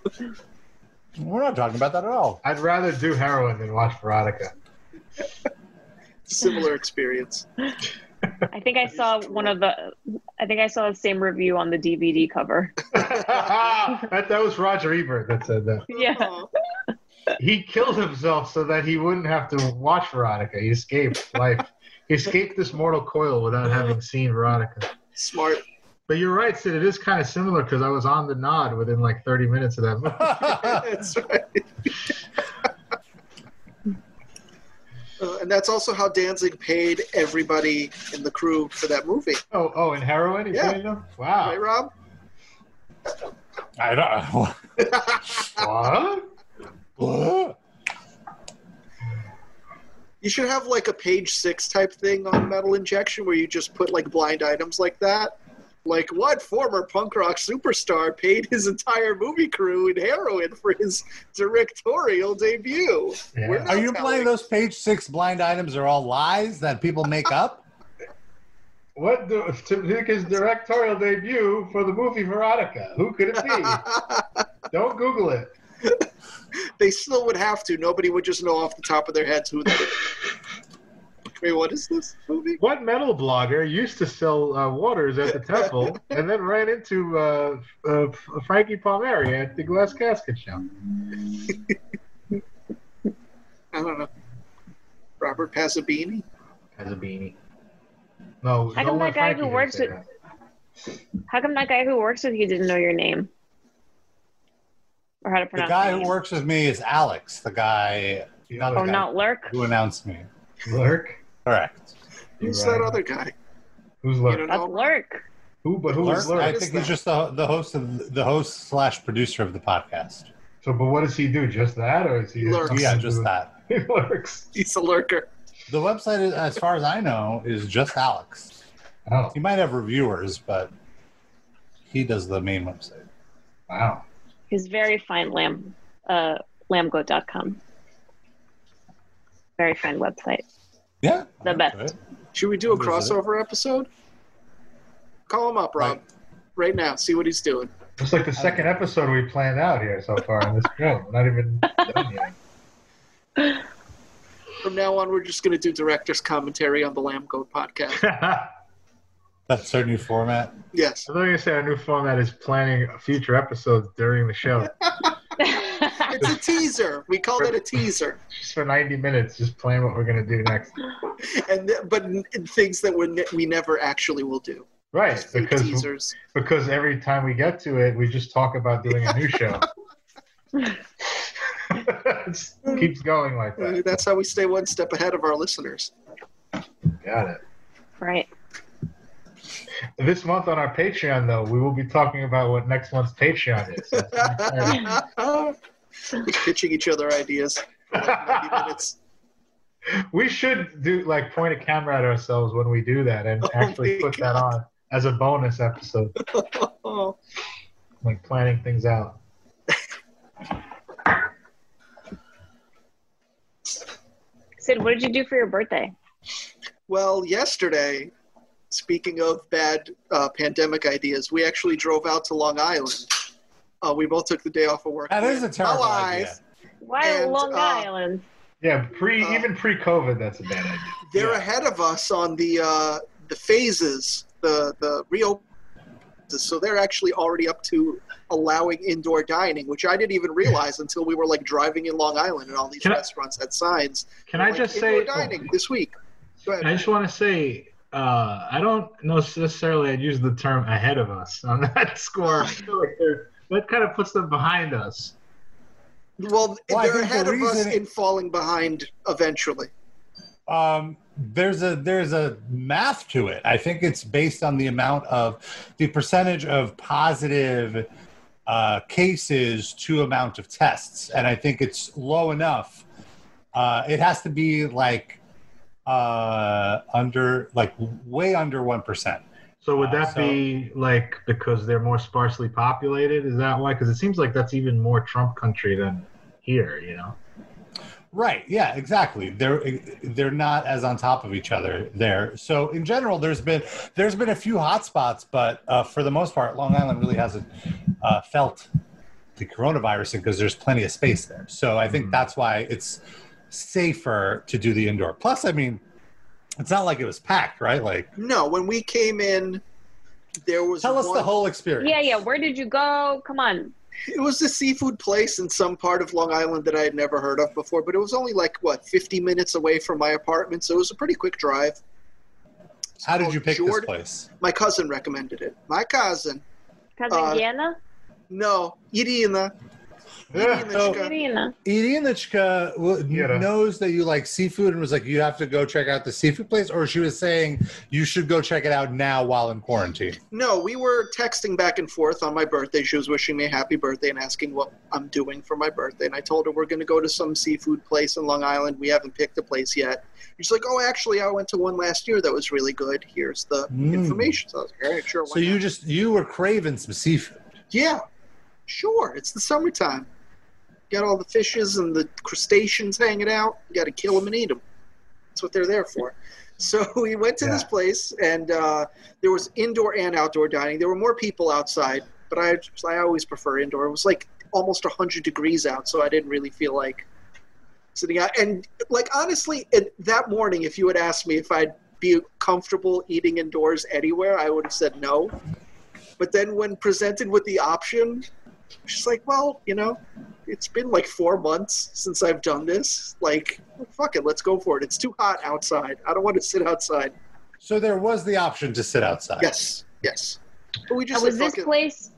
B: We're not talking about that at all.
C: I'd rather do heroin than watch Veronica.
D: Similar experience.
E: I think I saw one of the. I think I saw the same review on the DVD cover.
C: that, that was Roger Ebert that said that.
E: Yeah.
D: Aw.
C: He killed himself so that he wouldn't have to watch Veronica. He escaped life. he escaped this mortal coil without having seen Veronica.
D: Smart.
C: But you're right, Sid. It is kind of similar because I was on the nod within like 30 minutes of that movie.
D: That's right. Uh, and that's also how Danzig paid everybody in the crew for that movie,
C: Oh, oh, and heroin. He
D: Yeah.
C: paid him? Wow.
D: right, Rob?
B: I don't.
C: What?
B: What?
D: You should have like a page six type thing on Metal Injection where you just put like blind items like that. Like, what former punk rock superstar paid his entire movie crew in heroin for his directorial debut?
C: Yeah.
D: We're not
B: Are you
D: telling.
B: playing those page six blind items are all lies that people make up?
C: What do, to make his directorial debut for the movie Veronica? Who could it be? Don't Google it.
D: they still would have to. Nobody would just know off the top of their heads who that is. Wait, what is this movie?
C: What metal blogger used to sell uh, waters at the temple and then ran into uh, uh, Frankie Palmieri at the Glass Casket Show?
D: I don't know. Uh, Robert Pasabini?
C: As a beanie. No,
E: How
C: no one
E: come that guy
C: Frankie
E: who
C: did
E: works
C: say that.
E: at- How come that guy who works with you didn't know your name? Or how to
B: The
E: pronounce
B: guy
E: your
B: who
E: name?
B: works with me is Alex, the guy
C: You
B: not
E: Oh,
B: the guy.
E: not Lurk.
B: who announced me.
C: Lurk?
B: Correct.
D: Who's
C: You're
D: that
C: right.
D: other guy?
C: Who's
D: You
C: Lurk?
D: don't
E: That's
D: know?
E: Lurk.
C: Who? But who is
B: Lurk, I
C: Lurk?
B: think
D: that?
B: he's just the, the host of the host slash producer of the podcast.
C: So, but what does he do? Just that, or is he?
D: Lurks.
B: Yeah, just that.
C: He lurks.
D: He's a lurker.
B: The website, is, as far as I know, is just Alex.
C: Oh,
B: He might have reviewers, but he does the main website.
C: wow.
E: He's very fine lamb. Uh, lambgoat.com. Very fine website.
B: Yeah,
E: The
B: I'm
E: best.
B: into it.
D: Should we do a
B: Who is it?
D: crossover episode? Call him up, Rob. Right now, see what he's doing.
C: It's like the second episode we planned out here so far in this show. We're not even done yet.
D: From now on, we're just going to do director's commentary on the Lamb Goat podcast.
C: I
B: That's our new format.
D: Yes.
C: thought you were gonna say our new format is planning future episodes during the show.
D: It's a teaser. We call it a teaser.
C: just for 90 minutes, just plan what we're going to do next.
D: And th- but n- things that we ne- we never actually will do.
C: Right,
D: Just fake
C: because
D: teasers.
C: because every time we get to it, we just talk about doing a new show. it keeps going like
D: Uh,
C: that.
D: That's how we stay one step ahead of our listeners.
C: Got it.
E: right.
C: This month on our Patreon, though, we will be talking about what next month's Patreon is. That's pretty exciting.
D: pitching each other ideas. for like 90 minutes.
C: we should do like point a camera at ourselves when we do that and
D: Oh
C: actually
D: my
C: put that on as a bonus episode,
D: Oh,
C: like planning things out.
E: Sid, what did you do for your birthday?
D: Well, yesterday, speaking of bad uh, pandemic ideas, we actually drove out to Long Island. Uh, we both took the day off of work.
B: That is a terrible
D: Allies.
B: idea.
E: Why
D: And,
E: Long
D: uh,
E: Island?
C: Yeah, pre
D: Uh,
C: even pre COVID, that's a bad idea.
D: They're
B: Yeah.
D: ahead of us on the uh, the phases, the the reopen. So they're actually already up to allowing indoor dining, which I didn't even realize until we were like driving in Long Island and all these
C: Can I-
D: restaurants had signs.
C: Can I
D: like,
C: just
D: indoor
C: say? oh,
D: dining this week? Go ahead.
C: I just want to say, uh, I don't necessarily I'd use the term ahead of us on that score. I feel like they're- that kind of puts them behind us.
D: Well,
B: Well, I think
D: they're
B: the
D: ahead of us
B: reason-
D: in falling behind eventually.
B: um, there's a there's a math to it. I think it's based on the amount of the percentage of positive uh, cases to amount of tests, and I think it's low enough. Uh, it has to be like uh, under like way under one percent.
C: So would
B: Uh,
C: that
B: so-
C: be like because they're more sparsely populated? Is that why? Because it seems like that's even more Trump country than here. You know.
B: Right. Yeah. Exactly. They're eh, they're not as on top of each other there. So in general, there's been there's been a few hotspots, but uh, for the most part, Long Island really hasn't uh, felt the coronavirus because there's plenty of space there. So I
D: Mm-hmm.
B: think
C: Mhm.
B: that's why it's safer to do the indoor. Plus, I mean, it's not like it was packed, right? Like,
D: No, when we came in, there was
B: tell us
D: one-
B: the whole experience.
E: Yeah, yeah. Where did you go? Come on.
D: It was a seafood place in some part of Long Island that I had never heard of before, but it was only like what 50 minutes away from my apartment, so it was a pretty quick drive. It's
B: How did
D: called
B: you pick this
D: Jordan-
B: place?
D: My cousin recommended it. My cousin,
E: Cousin
D: Uh,
E: Diana?
D: no, Irina.
C: Yeah.
B: So-
D: Irinachka.
E: Diana.
B: Irianachka w-
C: Yeah.
B: knows that you like seafood and was like, you have to go check out the seafood place, or she was saying you should go check it out now while in quarantine.
D: No, we were texting back and forth on my birthday. She was wishing me a happy birthday and asking what I'm doing for my birthday. And I told her we're going to go to some seafood place in Long Island. We haven't picked a place yet. She's like, "Oh, actually, I went to one last year that was really good. Here's the
B: Mm.
D: information." So I was like, "All right, sure."
B: So
D: why
B: you
D: not?"
B: just you were craving some seafood.
D: yeah, sure. It's the summertime. Got all the fishes and the crustaceans hanging out. You got to kill them and eat them. That's what they're there for. So we went to this
B: Yeah.
D: place, and uh, there was indoor and outdoor dining. There were more people outside, but I I always prefer indoor. It was like almost hundred degrees out, so I didn't really feel like sitting out. And like honestly, it, that morning, if you had asked me if I'd be comfortable eating indoors anywhere, I would have said no. But then when presented with the option, she's like, "Well, you know, it's been like four months since I've done this. Like, fuck it, let's go for it. It's too hot outside. I don't want to sit outside.
B: So there was the option to sit outside.
D: Yes, yes. But we
E: Uh,
D: just
E: was
D: said,
E: this
D: "Fuck it."
E: place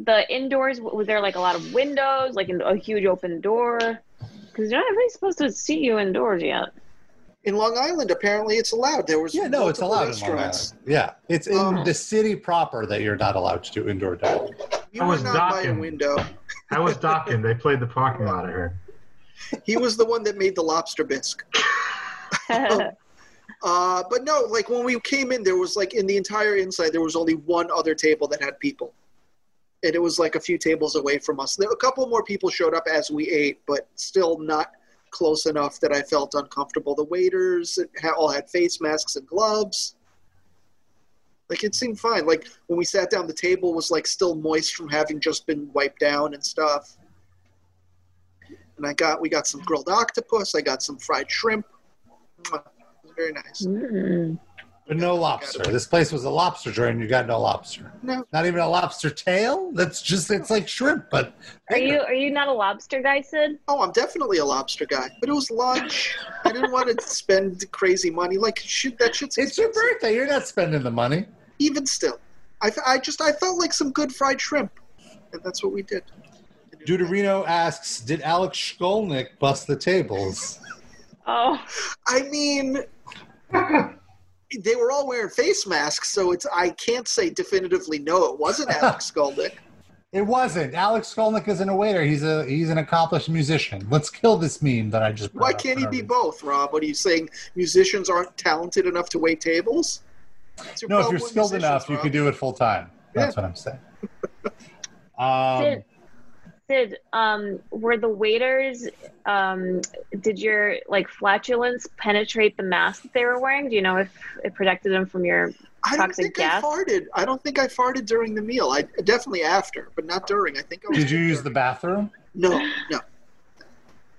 E: the indoors? Was there like a lot of windows, like a huge open door? Because you're not really supposed to see you indoors yet.
D: in Long Island. Apparently, it's allowed. There was
B: Yeah, no, it's
D: multiple
B: allowed in Long
D: restaurants.
B: Island. Yeah, it's in
D: Um,
B: the city proper that you're not allowed to do indoor dining.
D: You
C: I
D: were
C: was
D: not by a
C: docking.
D: window.
C: I was docking. they played the parking lot. I heard.
D: He was the one that made the lobster bisque. Oh. Uh, but no, like when we came in, there was like in the entire inside, there was only one other table that had people. And it was like a few tables away from us. There, a couple more people showed up as we ate, but still not close enough that I felt uncomfortable. The waiters ha- all had face masks and gloves. Like it seemed fine. Like when we sat down, the table was like still moist from having just been wiped down and stuff. And I got we got some grilled octopus. I got some fried shrimp. Mwah. It was Very nice.
E: Mm.
B: But no lobster. This place was a lobster joint. You got no lobster.
D: No.
B: Not even a lobster tail. That's just it's like shrimp, but
E: Are you are you not a lobster guy, Sid?
D: Oh, I'm definitely a lobster guy. But it was lunch. I didn't want to spend crazy money. Like shit, that shit's
B: it's your
D: expensive.
B: birthday. You're not spending the money.
D: Even still, I, I just I felt like some good fried shrimp, and that's what we did.
B: Deuterino asks, "Did Alex Skolnick bust the tables?"
E: Oh,
D: I mean, they were all wearing face masks, so it's I can't say definitively no, it wasn't Alex Skolnick.
B: It wasn't. Alex Skolnick isn't a waiter. He's a he's an accomplished musician. Let's kill this meme that I just. brought
D: Why
B: up
D: can't
B: for
D: he
B: no
D: be
B: reason.
D: both, Rob? What are you saying? Musicians aren't talented enough to wait tables? It's your
B: No, if
D: problem
B: you're
D: with
B: skilled
D: musicians,
B: enough, you
D: Rob.
B: could do it full time. That's what I'm saying. Um,
E: Sid, Sid, um, were the waiters? Um, did your like flatulence penetrate the mask that they were wearing? Do you know if it protected them from your?
D: I don't
E: Toxic
D: think
E: gas?
D: I farted. I don't think I farted during the meal. I definitely after, but not during. I think I was
B: Did you use the bathroom?
D: No, no.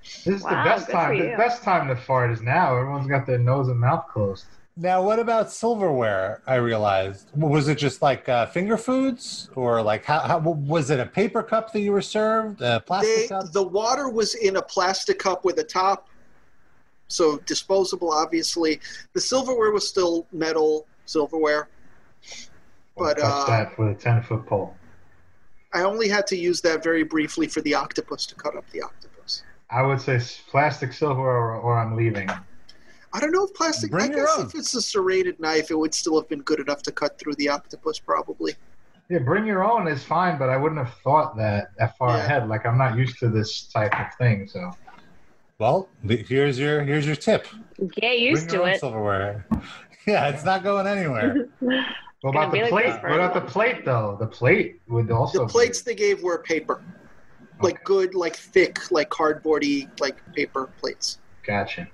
C: This is
E: Wow,
C: the best
E: good
C: time.
E: for
C: The
E: you.
C: best time to fart is now. Everyone's got their nose and mouth closed.
B: Now, what about silverware? I realized was it just like uh, finger foods, or like how, how was it a paper cup that you were served? A plastic
D: They,
B: cup?
D: the water was in a plastic cup with a top, so disposable, obviously. The silverware was still metal silverware. But,
C: touch
D: uh,
C: that with a ten foot pole.
D: I only had to use that very briefly for the octopus to cut up the octopus.
C: I would say s- plastic silver, or, or I'm leaving.
D: I don't know if plastic.
B: Bring
D: I
B: your
D: guess
B: own.
D: if it's a serrated knife, it would still have been good enough to cut through the octopus, probably.
C: Yeah, bring your own is fine, but I wouldn't have thought that that far
D: Yeah.
C: ahead. Like I'm not used to this type of thing, so
B: Well, th- here's your here's your tip.
E: Get used
B: Bring your
E: to
B: own
E: it.
B: silverware. Yeah, it's not going anywhere.
C: What
E: gonna
C: about
E: be
C: the
E: like
C: plate?
E: this for
C: What about the
E: everyone.
C: plate, though? The plate would also.
D: The
C: be-
D: plates they gave were paper, like good, like thick, like cardboardy, like paper plates.
C: Gotcha.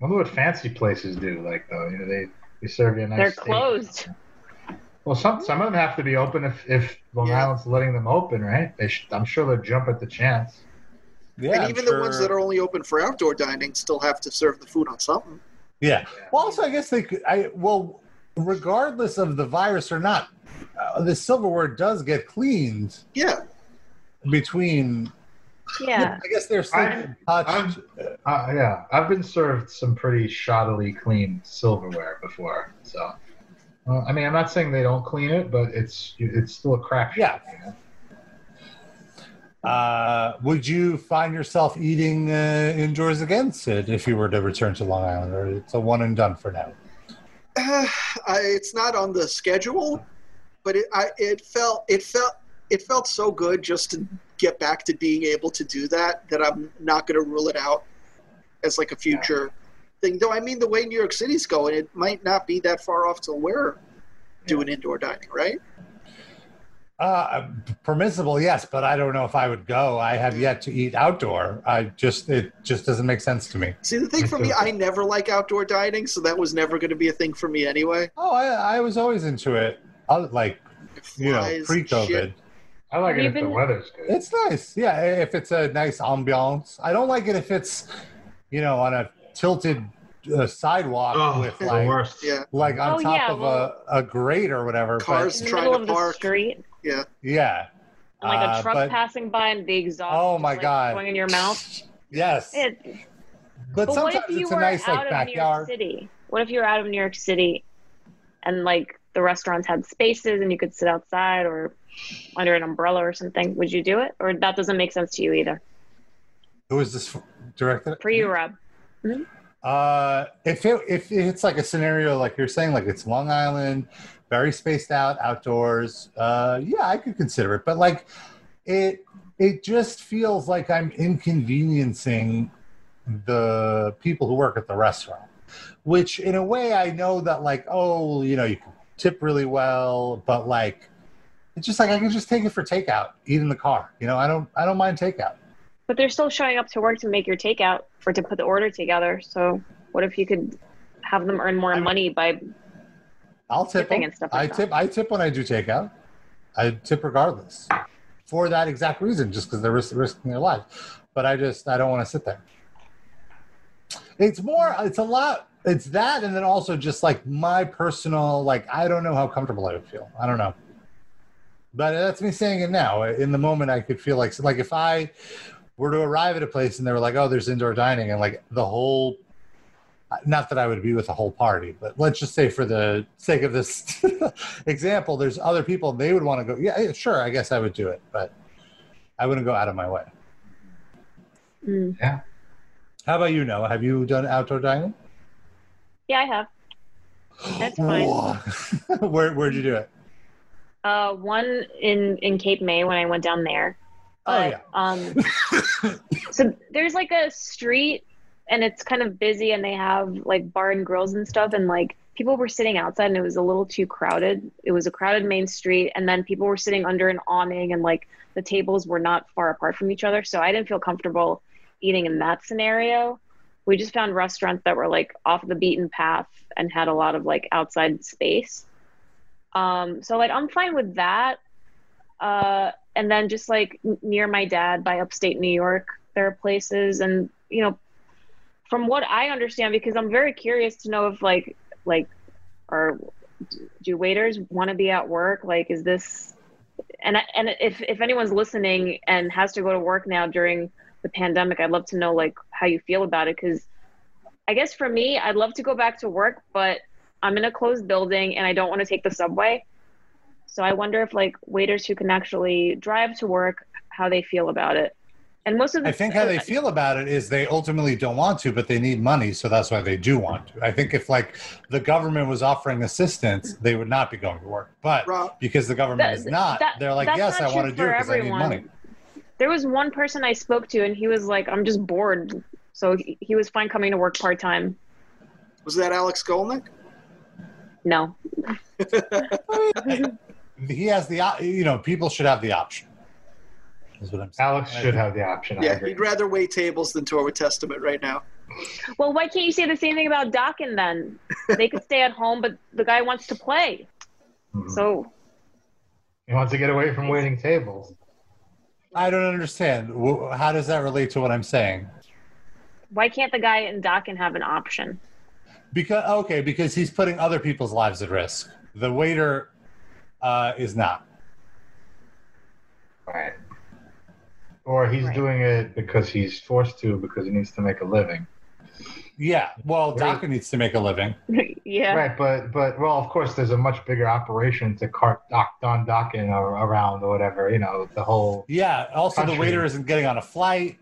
C: wonder what fancy places do, like though. You know, they they serve you a nice.
E: They're
C: steak.
E: closed.
C: Well, some some of them have to be open if if Long
D: Yeah.
C: Island's letting them open, right? They sh- I'm sure they'll jump at the chance.
B: Yeah,
D: and
B: I'm
D: even the ones
B: sure-
D: that are only open for outdoor dining still have to serve the food on something.
B: Yeah. Well, also, I guess they could. I well, regardless of the virus or not, uh, the silverware does get cleaned
D: Yeah,
B: between.
E: Yeah.
B: I guess they're still
C: I'm-
B: touched.
C: I'm, uh, yeah, I've been served some pretty shoddily clean silverware before. So, uh, I mean, I'm not saying they don't clean it, but it's it's still a crap.
B: Yeah. Uh, would you find yourself eating uh, indoors again, Sid, if you were to return to Long Island, or it's a one and done for now?
D: uh, I, it's not on the schedule, but it I, it felt it felt it felt so good just to get back to being able to do that that I'm not going to rule it out as like a future thing. Though I mean, the way New York City's going, it might not be that far off to where doing indoor dining, right?
B: Uh, permissible, yes, but I don't know if I would go. I have yet to eat outdoor. I just it just doesn't make sense to me.
D: See, the thing for me, I never like outdoor dining, so that was never going to be a thing for me anyway.
B: Oh, I, I was always into it. I, like you know,
D: Flies,
B: pre-COVID.
D: shit.
C: I like
E: Have
C: it
E: you
C: if the
E: been-
C: weather's good.
B: It's nice. Yeah, i- if it's a nice ambiance. I don't like it if it's, you know, on a tilted uh, sidewalk with
C: Oh, the
B: like,
C: worst.
D: Yeah.
B: like on
E: Oh,
B: top
E: yeah,
B: of
E: well-
B: a, a grate or whatever. but-
D: Cars.
E: In the
D: Trying
E: middle
D: to
E: of the
D: park.
E: street,
B: yeah.
E: and, like
B: Uh,
E: a truck
B: but-
E: passing by, and the exhaust.
B: Oh
E: just,
B: my
E: like,
B: God.
E: Going in your mouth.
B: Yes.
E: It,
B: but,
E: But
B: sometimes
E: what if you
B: it's a
E: were
B: nice
E: out
B: like
E: of
B: backyard.
E: New York City? What if you were out of New York City, and like the restaurants had spaces and you could sit outside or under an umbrella or something? Would you do it, or that doesn't make sense to you either?
B: Who is this f- directed?
E: For you, Rob.
B: Uh, if it, if it's like a scenario like you're saying, like it's Long Island, very spaced out, outdoors. Uh, yeah, I could consider it, but like it, it just feels like I'm inconveniencing the people who work at the restaurant. Which, in a way, I know that like, oh, you know, you can tip really well, but like, it's just like I can just take it for takeout, eat in the car. You know, I don't, I don't mind takeout.
E: But they're still showing up to work to make your takeout or to put the order together. So what if you could have them earn more money by?
B: I'll tip.
E: Tipping
B: them.
E: and stuff like
B: I
E: that.
B: tip. I tip when I do takeout. I tip regardless, for that exact reason, just because they're ris- risking their life. But I just I don't want to sit there. It's more. It's a lot. It's that, and then also just like my personal like I don't know how comfortable I would feel. I don't know. But that's me saying it now. In the moment, I could feel like like if I were to arrive at a place and they were like, "Oh, there's indoor dining," and like the whole not that I would be with a whole party, but let's just say for the sake of this example, there's other people they would want to go. Yeah, yeah, sure, I guess I would do it, but I wouldn't go out of my way.
E: Hmm.
B: How about you, Noah? Have you done outdoor dining?
E: Yeah, I have. That's fine.
B: Where Where'd you do it?
E: Uh, one in in Cape May when I went down there.
B: Oh
E: But,
B: yeah,
E: Um, so there's like a street and it's kind of busy and they have like bar and grills and stuff and like people were sitting outside and it was a little too crowded it was a crowded main street and then people were sitting under an awning and like the tables were not far apart from each other so i didn't feel comfortable eating in that scenario we just found restaurants that were like off the beaten path and had a lot of like outside space um so like i'm fine with that uh and then just like n- near my dad by upstate new york there are places and you know from what I understand, because I'm very curious to know if like like or do waiters want to be at work? Like, is this and I- and if if anyone's listening and has to go to work now during the pandemic, I'd love to know like how you feel about it because I guess for me, I'd love to go back to work, but I'm in a closed building and I don't want to take the subway. So I wonder if like waiters who can actually drive to work, how they feel about it. And most of the
B: I think how they feel about it is they ultimately don't want to, but they need money, so that's why they do want to. I think if like the government was offering assistance, they would not be going to work. But
D: Rob,
B: because the government
E: That-
B: is not,
E: that-
B: they're like,
E: that's
B: yes,
E: not
B: I want to
E: true
B: do it
E: for
B: because I need
E: everyone.
B: money.
E: There was one person I spoke to, and he was like, "I'm just bored," so he, he was fine coming to work part time.
D: was that Alex Golnick?
E: No,
B: He has the, op- you know, people should have the option. Is what I'm saying.
C: Alex should have the option. I
D: Yeah,
C: agree.
D: he'd rather wait tables than tour with Testament right now.
E: well, why can't you say the same thing about Dokken then? They could stay at home, but the guy wants to play.
B: Mm-hmm.
C: Mhm.
E: So
C: He wants to get away from waiting tables.
B: I don't understand. Wh- How does that relate to what I'm saying?
E: why can't the guy in Dokken have an option?
B: Because okay, because he's putting other people's lives at risk. The waiter uh, is not.
C: Right. Or he's
E: Right.
C: doing it because he's forced to because he needs to make a living.
B: Yeah. Well,
C: Right.
B: Docker needs to make a living.
E: yeah,
C: Right, but but well, of course, there's a much bigger operation to cart doc Don Dockin or around or whatever. You know, the whole.
B: Yeah. Also, the
C: Country.
B: waiter isn't getting on a flight.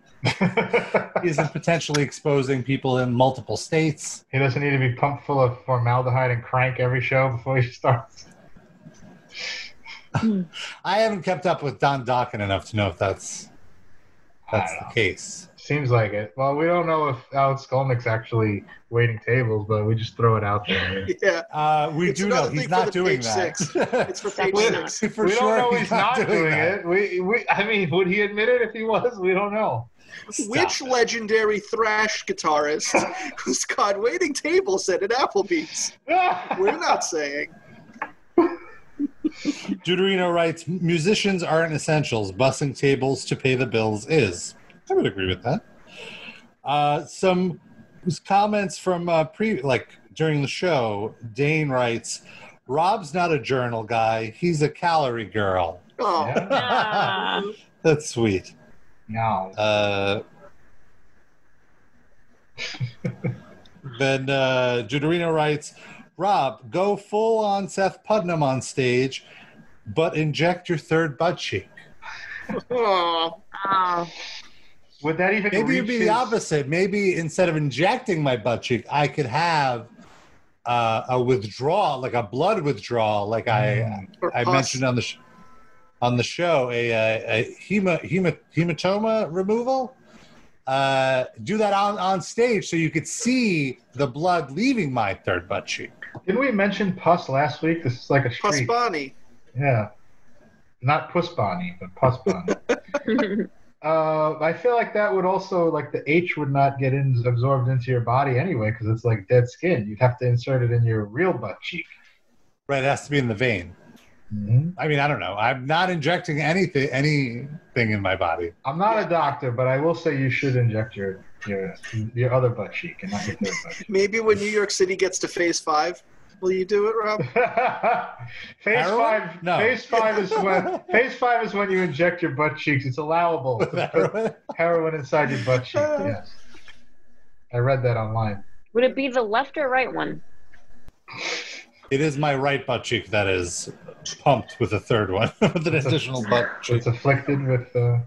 C: he
B: Isn't potentially exposing people in multiple states.
C: doesn't need to be pumped full of formaldehyde and crank every show before he starts.
B: I haven't kept up with Don Dokken enough to know if that's that's
C: I
B: the
C: don't know.
B: case.
C: Seems like it. Well, we don't know if Alex Skolnick's actually waiting tables, but we just throw it out there.
D: Yeah,
B: Uh, we
D: It's
B: do know
D: another
B: he's
D: thing
B: not
D: for the
B: doing
D: page
B: that.
D: six. it's for page
E: Definitely not.
D: six.
B: For
C: we
B: sure
C: don't know
B: he's, not doing, that.
C: it. We, we, I mean, would he admit it if he was? We don't know.
D: Which legendary thrash guitarist who's caught waiting tables at an Applebee's? We're not saying.
B: Deuterino writes, musicians aren't essentials. Bussing tables to pay the bills is. I would agree with that. Uh, some comments from uh, pre, like during the show, Dane writes, Rob's not a journal guy. He's a calorie girl.
D: Oh,
C: Yeah.
E: Ah.
B: That's sweet.
C: No.
B: Uh, then uh, Judarino writes, Rob, go full on Seth Putnam on stage, but inject your third butt cheek.
D: oh.
E: Ah.
C: Would that even
B: Maybe it'd
C: reach
B: be
C: his-
B: the opposite. Maybe instead of injecting my butt cheek, I could have uh, a withdrawal, like a blood withdrawal, like I
D: Or
B: I
D: pus.
B: mentioned on the sh- on the show, a, a, a hema, hema, hematoma removal. Uh, do that on, on stage so you could see the blood leaving my third butt cheek.
C: Didn't we mention pus last week? This is like a
D: pus
C: streak.
D: Bonnie.
C: yeah. Not puss Bonnie, but pus Bonnie. uh, I feel like that would also like the H would not get in absorbed into your body anyway because it's like dead skin. You'd have to insert it in your real butt cheek.
B: Right, it has to be in the vein.
C: Mm-hmm.
B: I mean, I don't know. I'm not injecting anything anything in my body.
C: I'm not a doctor, but I will say you should inject your your your other butt cheek and not your third butt cheek.
D: Maybe when New York City gets to phase five, will you do it, Rob?
C: phase
B: Heroin?
C: five.
B: No.
C: Phase five is when phase five is when you inject your butt cheeks. It's allowable to put heroin inside your butt cheek. Yes, I read that online.
E: would it be the left or right one?
B: It is my right butt cheek that is pumped with a third one, with an additional butt cheek.
C: It's afflicted with. Uh,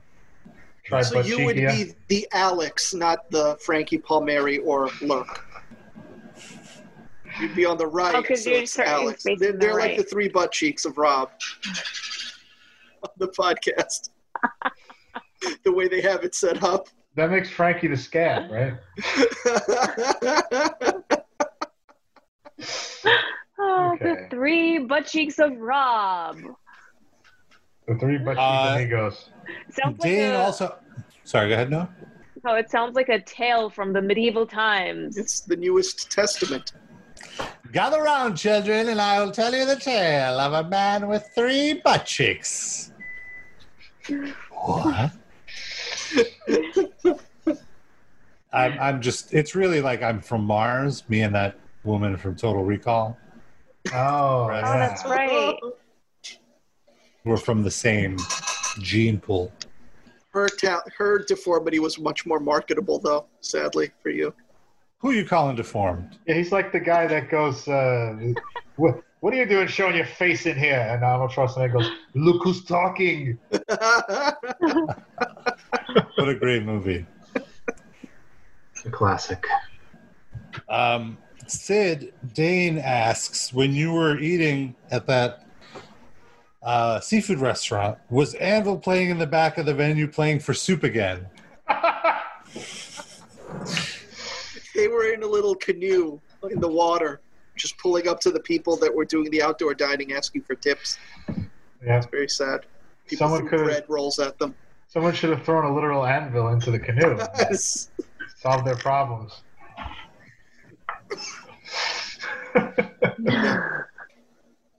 C: tri-
D: So you would
C: butt-cheekia.
D: be the Alex, not the Frankie Palmieri or Lurk. You'd be on the right.
E: Oh, 'cause
D: so
E: you're
D: it's
E: certain
D: Alex.
E: space
D: They're,
E: on the
D: they're like
E: right.
D: the three butt cheeks of Rob on the podcast. the way they have it set up.
C: that makes Frankie the scab, right?
E: Oh,
C: Okay.
E: the three butt cheeks of Rob.
C: The three butt cheeks
B: Uh,
C: amigos.
E: Sounds like
B: Dane
E: a,
B: also. Sorry, go ahead, Noah.
E: oh, it sounds like a tale from the medieval times.
D: it's the newest testament.
B: Gather round, children, and I will tell you the tale of a man with three butt cheeks. What? I'm, I'm just, it's really like I'm from Mars, me and that woman from Total Recall.
C: Oh,
B: Right.
E: Oh, that's
C: yeah.
E: right.
B: We're from the same gene pool.
D: Her ta- her deformity was much more marketable, though. Sadly for you.
B: Who you calling deformed?
C: Yeah, he's like the guy that goes, uh, what, what are you doing showing your face in here? And Arnold Schwarzenegger goes, look who's talking.
B: What a great movie.
C: classic.
B: Um, Sid Dane asks when you were eating at that uh, seafood restaurant, was Anvil playing in the back of the venue playing for soup again?
D: they were in a little canoe in the water, just pulling up to the people that were doing the outdoor dining, asking for tips.
C: Yeah.
D: It's very sad. People
C: Someone
D: threw
C: could've-
D: bread rolls at them.
C: Someone should have thrown a literal anvil into the canoe.
D: Yes.
C: Solve their problems.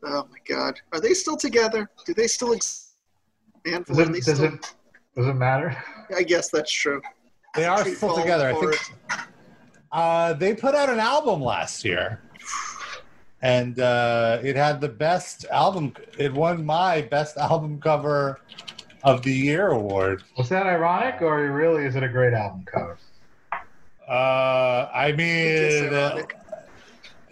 D: Oh my God. Are they still together? Do they still exist?
C: Does it, does it, does it matter?
D: I guess that's true.
B: They are
D: Tree
B: still
D: falls
B: together. I
D: forward.
B: think uh, they put out an album last year, and uh, it had the best album. It won my best album cover of the year award.
C: Was that ironic, or really is it a great album cover?
B: Uh, I
D: It is
B: mean, uh,
D: ironic.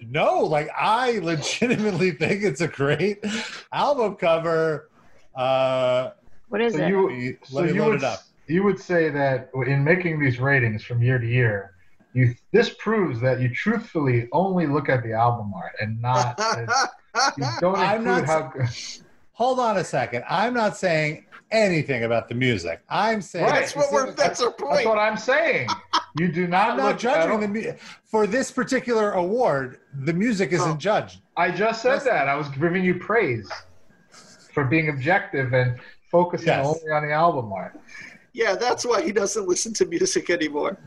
B: no, like I legitimately think it's a great album cover. Uh,
E: What is
C: So
E: it?
C: you, so
B: Let me
C: you
B: load
C: would,
B: it up.
C: you would say that in making these ratings from year to year, you this proves that you truthfully only look at the album art and not you don't
B: I'm
C: include
B: not
C: how
B: hold on a second. I'm not saying anything about the music. I'm saying
C: Right.
D: that's what we're. That's our point.
C: that's what I'm saying. You do not
B: I'm not
C: look I
B: judging
C: don't-
B: the mu- for this particular award. The music isn't
D: Oh.
B: judged.
C: I just said that. I was giving you praise for being objective and focusing
B: Yes.
C: only on the album art.
D: yeah, that's why he doesn't listen to music anymore.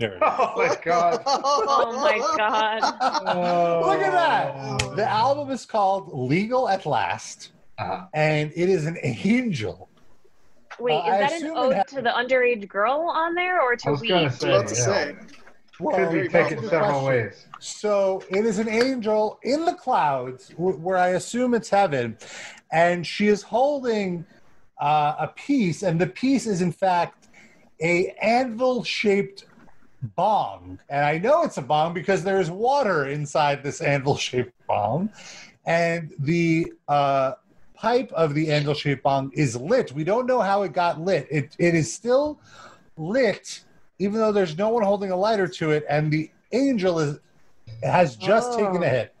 C: Oh my god.
E: Oh my god.
C: Uh,
B: Look at
C: Oh.
B: that. The album is called "Legal at Last,"
C: Uh,
B: and it is an angel.
E: Wait,
B: I
E: is that an
B: assume it
E: ode
B: had-
E: to the underraid girl on there or
C: I
E: to
C: was
E: we?
C: gonna say,
D: About to
C: yeah.
D: say.
B: Well,
C: could
D: very
C: be taken
D: possible.
C: several ways.
B: So it is an angel in the clouds, wh- where I assume it's heaven, and she is holding uh, a piece, and the piece is in fact a anvil-shaped bong. And I know it's a bong because there is water inside this anvil-shaped bong, and the uh, pipe of the anvil-shaped bong is lit. We don't know how it got lit. It it is still lit, even though there's no one holding a lighter to it, and the angel is has just
E: Oh.
B: taken a hit.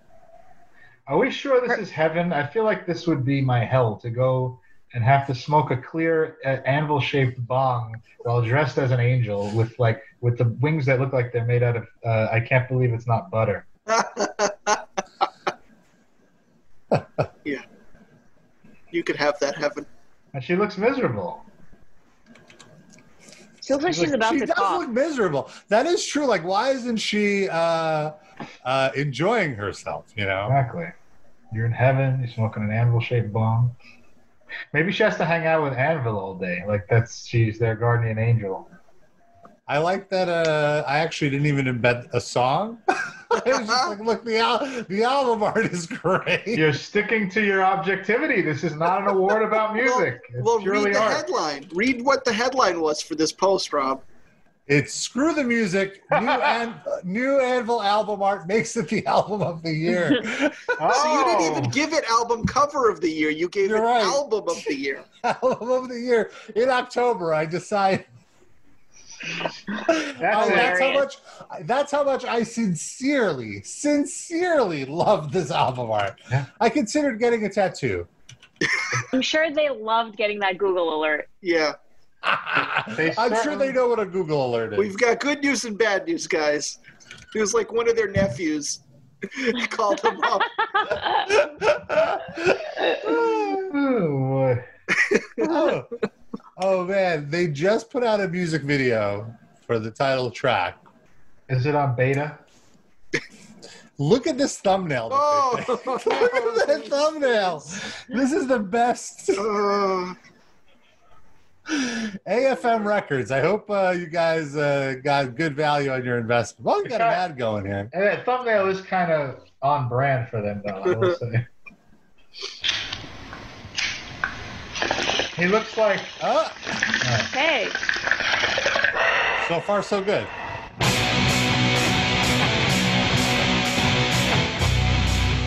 C: Are we sure this is heaven? I feel like this would be my hell to go and have to smoke a clear uh, anvil-shaped bong while dressed as an angel with like with the wings that look like they're made out of. Uh, I can't believe it's not butter.
D: You could have that heaven.
C: And she looks miserable.
E: She looks like she's about
B: she
E: to
B: does
E: cough.
B: look miserable. That is true. Like, why isn't she uh, uh, enjoying herself? You know,
C: Exactly. You're in heaven. You're smoking an anvil-shaped bong. Maybe she has to hang out with Anvil all day. Like that's she's their guardian angel.
B: I like that. Uh, I actually didn't even embed a song. I was just like, look, the, al- the album art is great.
C: You're sticking to your objectivity. This is not an award about music. It's
D: Well,
C: purely
D: read the
C: art.
D: headline. Read what the headline was for this post, Rob.
B: It's screw the music. New, an- new Anvil album art makes it the album of the year.
D: So you
C: Oh.
D: didn't even give it album cover of the year. You gave
B: You're
D: it
B: right.
D: album of the year.
B: album of the year in October. I decide.
C: That's
B: Oh,
C: it.
B: that's how much. That's how much I sincerely, sincerely love this album art.
C: Yeah.
B: I considered getting a tattoo.
E: I'm sure they loved getting that Google alert.
D: Yeah.
C: They
B: I'm sure
C: certainly-
B: they know what a Google alert is.
D: We've got good news and bad news, guys. It was like one of their nephews called him up.
C: Oh, boy.
B: oh. Oh, man, they just put out a music video for the title track.
C: Is it on beta?
B: Look at this thumbnail. that they
D: Oh,
B: Look at that thumbnail. This is the best.
D: Uh,
B: AFM Records. I hope uh, you guys uh, got good value on your investment. Well, we got an ad going here.
C: And that thumbnail is kind of on brand for them, though. I will say. He looks like
B: Oh,
E: Hey,
B: so far, so good.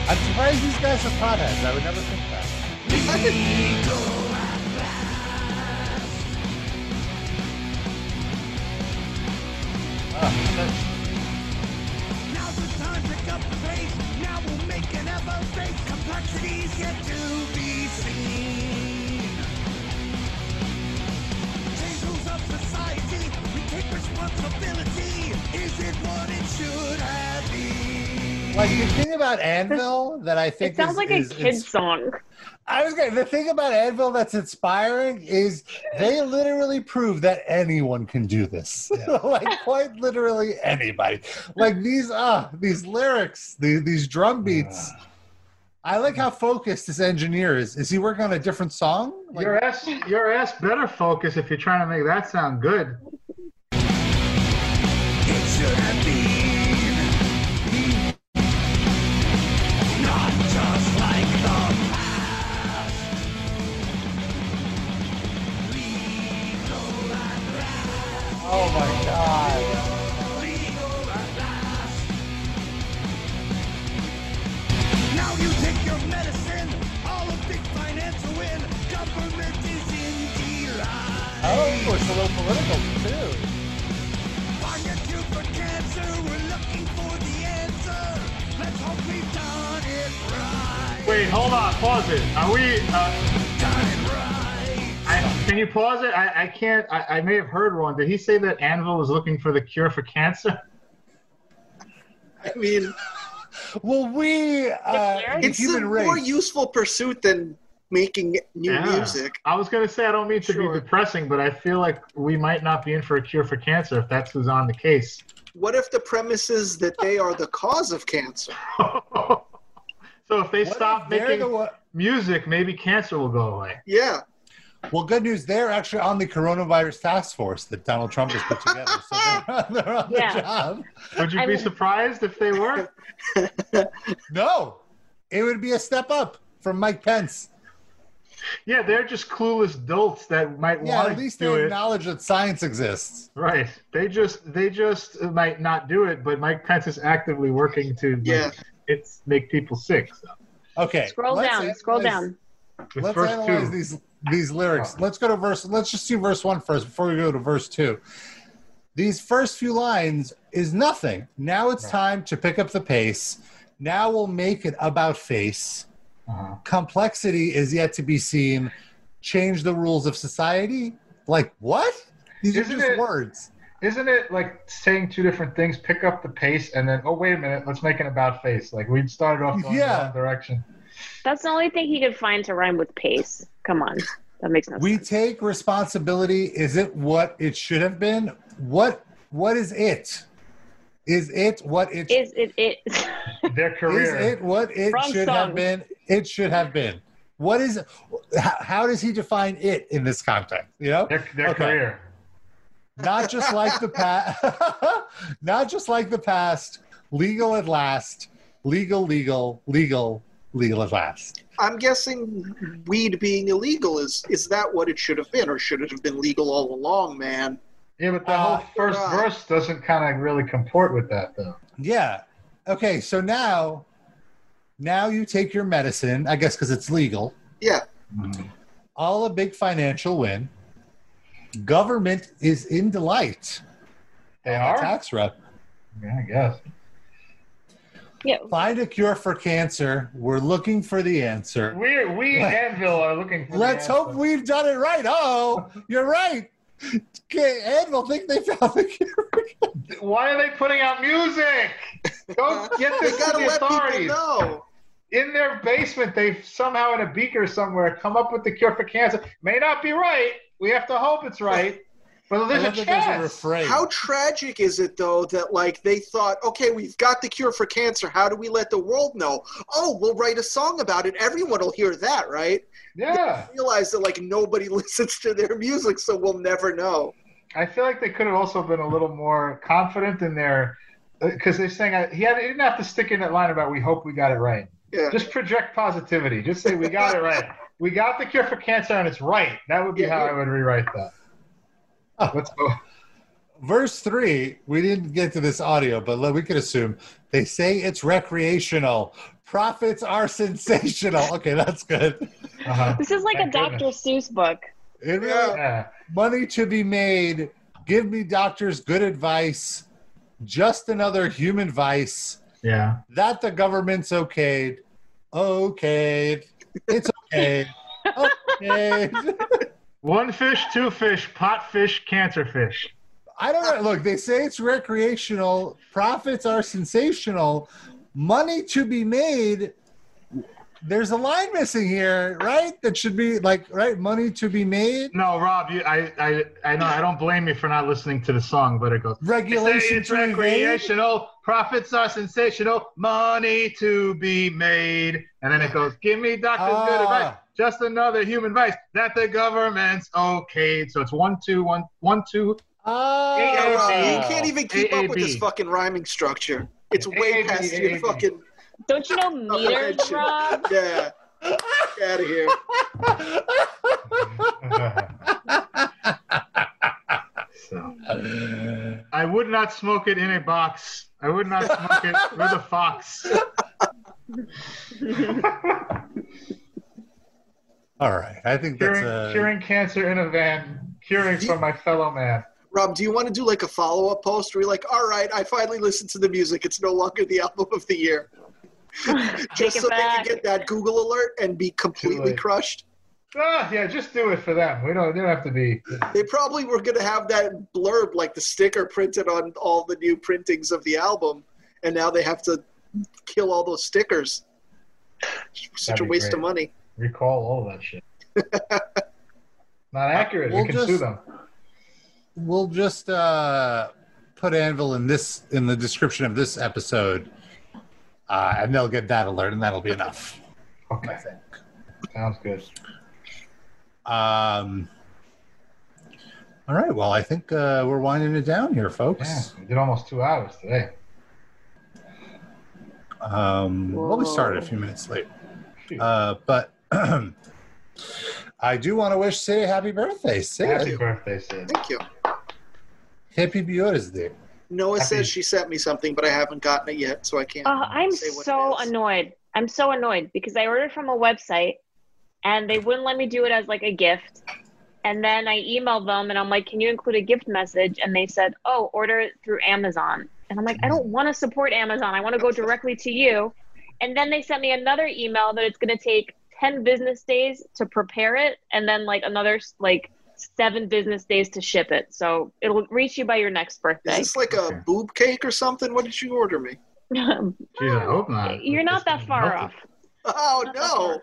B: I'm surprised these guys are potheads. I would never think that.
I: Now's the time, pick up the pace. Now we'll make an elevate. Complexities yet to be seen. Change rules of society. We take responsibility. Is it what it should have been?
B: Like the thing about Anvil that I think
E: it sounds
B: is-
E: like
B: is-
E: a kid's
B: it's-
E: song.
B: I was gonna, the thing about Anvil that's inspiring is they literally prove that anyone can do this. like quite literally anybody. Like these uh these lyrics, the, these drum beats. I like how focused this engineer is. Is he working on a different song? Like,
C: your ass. Your ass better focus if you're trying to make that sound good.
I: It should have been. Not just like the past. Legal at
B: oh my god.
I: legal at last. Now you take your medicine, all of big finance to win. Government is in delight.
B: Oh, it's a little political too.
I: On your cure for cancer, we're looking for the answer. Let's hope we've done it right.
C: Wait, hold on. Pause it. Are we? Uh,
I: Done it right.
C: I, can you pause it? I, I can't. I, I may have heard one. Did he say that Anvil was looking for the cure for cancer?
D: I mean,
B: Well, we uh, the
D: it's a
B: human
D: more
B: race.
D: useful pursuit than making new
C: Yeah.
D: music.
C: I was gonna say I don't mean to
D: Sure.
C: be depressing, but I feel like we might not be in for a cure for cancer if that's who's on the case.
D: What if the premise is that they are the cause of cancer?
C: so if they
B: What
C: stop
B: if they're
C: making
B: the one-
C: music, maybe cancer will go away.
D: Yeah.
B: Well, good news. They're actually on the coronavirus task force that Donald Trump has put together. So they're on, they're on the
E: Yeah.
B: job.
C: Would you
E: I
C: be
E: mean-
C: surprised if they were?
B: No, it would be a step up from Mike Pence.
C: yeah, they're just clueless dolts that might
B: Yeah,
C: want
B: at
C: to
B: least
C: do
B: they
C: it.
B: acknowledge that science exists.
C: right. They just they just might not do it, but Mike Pence is actively working to like,
D: Yeah.
C: it's make people sick. So.
B: Okay.
E: Scroll
B: let's
E: down, scroll
B: analyze-
E: down.
C: The
B: Let's
C: first
B: analyze
C: two.
B: these these lyrics. Let's go to verse. Let's just do verse one first before we go to verse two. These first few lines is nothing. Now it's time to pick up the pace. Now we'll make it about face.
C: Uh-huh.
B: complexity is yet to be seen change the rules of society like what these
C: Isn't
B: are just
C: it-
B: words
C: Isn't it like saying two different things? Pick up the pace, and then oh wait a minute, let's make an about face. Like we started off going
B: Yeah.
C: the wrong direction.
E: That's the only thing he could find to rhyme with pace. Come on, that makes no
B: we
E: sense.
B: take responsibility is it what it should have been what what is it is it what it
E: Is it it?
C: Their
B: is
C: career.
B: it what it
E: Wrong
B: should
E: song.
B: have been it should have been what is how, how does he define it in this context you know
C: Their, their
B: Okay.
C: career.
B: not just like the past not just like the past legal at last legal legal legal legal at last
D: I'm guessing weed being illegal is is that what it should have been, or should it have been legal all along, man?
C: Yeah, but the
B: Uh,
C: whole first
D: right.
C: verse doesn't kind of really comport with that, though.
B: yeah okay so now now you take your medicine i guess because it's legal
D: Yeah.
B: all a big financial win government is in delight
C: They
B: A
C: are.
B: tax rep
C: Yeah, I guess.
E: yeah,
B: find a cure for cancer we're looking for the answer
C: We we Anvil are looking for. the
B: let's hope
C: answer.
B: we've done it right oh you're right Okay, Anvil think they found the cure.
C: Why are they putting out music? Go get
D: They
C: this to
D: gotta
C: the
D: let people
C: authorities.
D: know.
C: In their basement, they've somehow in a beaker somewhere come up with the cure for cancer. May not be right. We have to hope it's right. But
B: I
C: there's a
B: love that there's a
C: chance.
B: refrain.
D: How tragic is it though that like they thought, okay, we've got the cure for cancer. How do we let the world know? Oh, we'll write a song about it. Everyone will hear that, right?
C: yeah.
D: Realize that like nobody listens to their music, so we'll never know.
C: I feel like they could have also been a little more confident in their. Because they're saying uh, he, had, he didn't have to stick in that line about we hope we got it right.
D: Yeah.
C: Just project positivity. Just say we got it right. We got the cure for cancer and it's right. That would be
D: Yeah,
C: how
D: yeah.
C: I would rewrite that. Let's go.
B: Verse three, we didn't get to this audio, but le- we could assume they say it's recreational. Profits are sensational. Okay, that's good.
C: Uh-huh.
E: This is like a
C: Thank
E: Dr.
C: goodness.
E: Seuss book.
B: It really-
D: Yeah.
C: Yeah.
B: money to be made. Give me doctors good advice. Just another human vice
C: Yeah.
B: that the government's okayed. Okayed. It's okay. okay.
C: One fish, two fish, pot fish, cancer fish.
B: I don't know. Look, they say it's recreational. Profits are sensational. Money to be made. There's a line missing here, right? That should be like, right? Money to be made.
C: No, Rob, you, I, I, I know I don't blame you for not listening to the song, but it goes. They say
B: Regulation
C: it's
B: to be made.
C: recreational. Profits are sensational. Money to be made. And then it goes, give me doctor's good
B: Ah.
C: advice. Just another human vice that the government's okayed. So it's one, two, one, one, two.
B: Oh,
C: Yeah,
D: Rob,
C: AAB.
D: you can't even keep up with this
C: AAB.
D: fucking rhyming structure. It's way
C: AAB.
D: past your fucking
E: Don't you know meters,
D: comprehension.
E: Rob?
D: Yeah. Get out of here.
C: so. I would not smoke it in a box. I would not smoke it with a fox.
B: All right. I think that's
C: Curing,
B: a.
C: curing cancer in a van. Curing for my fellow man.
D: Rob, do you want to do like a follow up post where you're like, all right, I finally listened to the music. It's no longer the album of the year. Just
E: it
D: so they can
E: back.
D: get that Google alert and be completely
C: late.
D: crushed.
C: Ah, yeah, just do it for them. We don't, they don't have to be.
D: They probably were going to have that blurb, like the sticker printed on all the new printings of the album. And now they have to kill all those stickers. Such
C: That'd
D: a
C: be
D: waste
C: great.
D: of money.
C: recall all of that shit. Not accurate.
B: We'll
C: we can
B: just-
C: sue them.
B: we'll just uh, put Anvil in this in the description of this episode, uh, and they'll get that alert, and that'll be enough. I
C: Okay,
B: think.
C: sounds good.
B: Um, all right. Well, I think uh, we're winding it down here,
C: Yeah,
B: folks.
C: we did almost two hours today.
B: Um, well, we started a few minutes late,
C: Shoot.
B: uh, but I do want to wish Sid a happy birthday. Sid,
C: Happy birthday, Sid.
D: Thank you.
B: happy birthday.
D: Noah
C: Happy-
D: says she sent me something, but I haven't gotten it yet, so I can't.
E: Uh, I'm
D: say what it
E: so
D: is.
E: annoyed. I'm so annoyed because I ordered from a website and they wouldn't let me do it as like a gift. And then I emailed them and I'm like, can you include a gift message? And they said, oh, order it through Amazon. And I'm like, I don't want to support Amazon. I want to go directly to you. And then they sent me another email that it's going to take 10 business days to prepare it and then like another like seven business days to ship it. So it'll reach you by your next
D: Is
E: birthday.
D: this like a boob cake or something? What did you order me?
C: Geez, I hope not.
E: You're not that far off. Uh,
D: Oh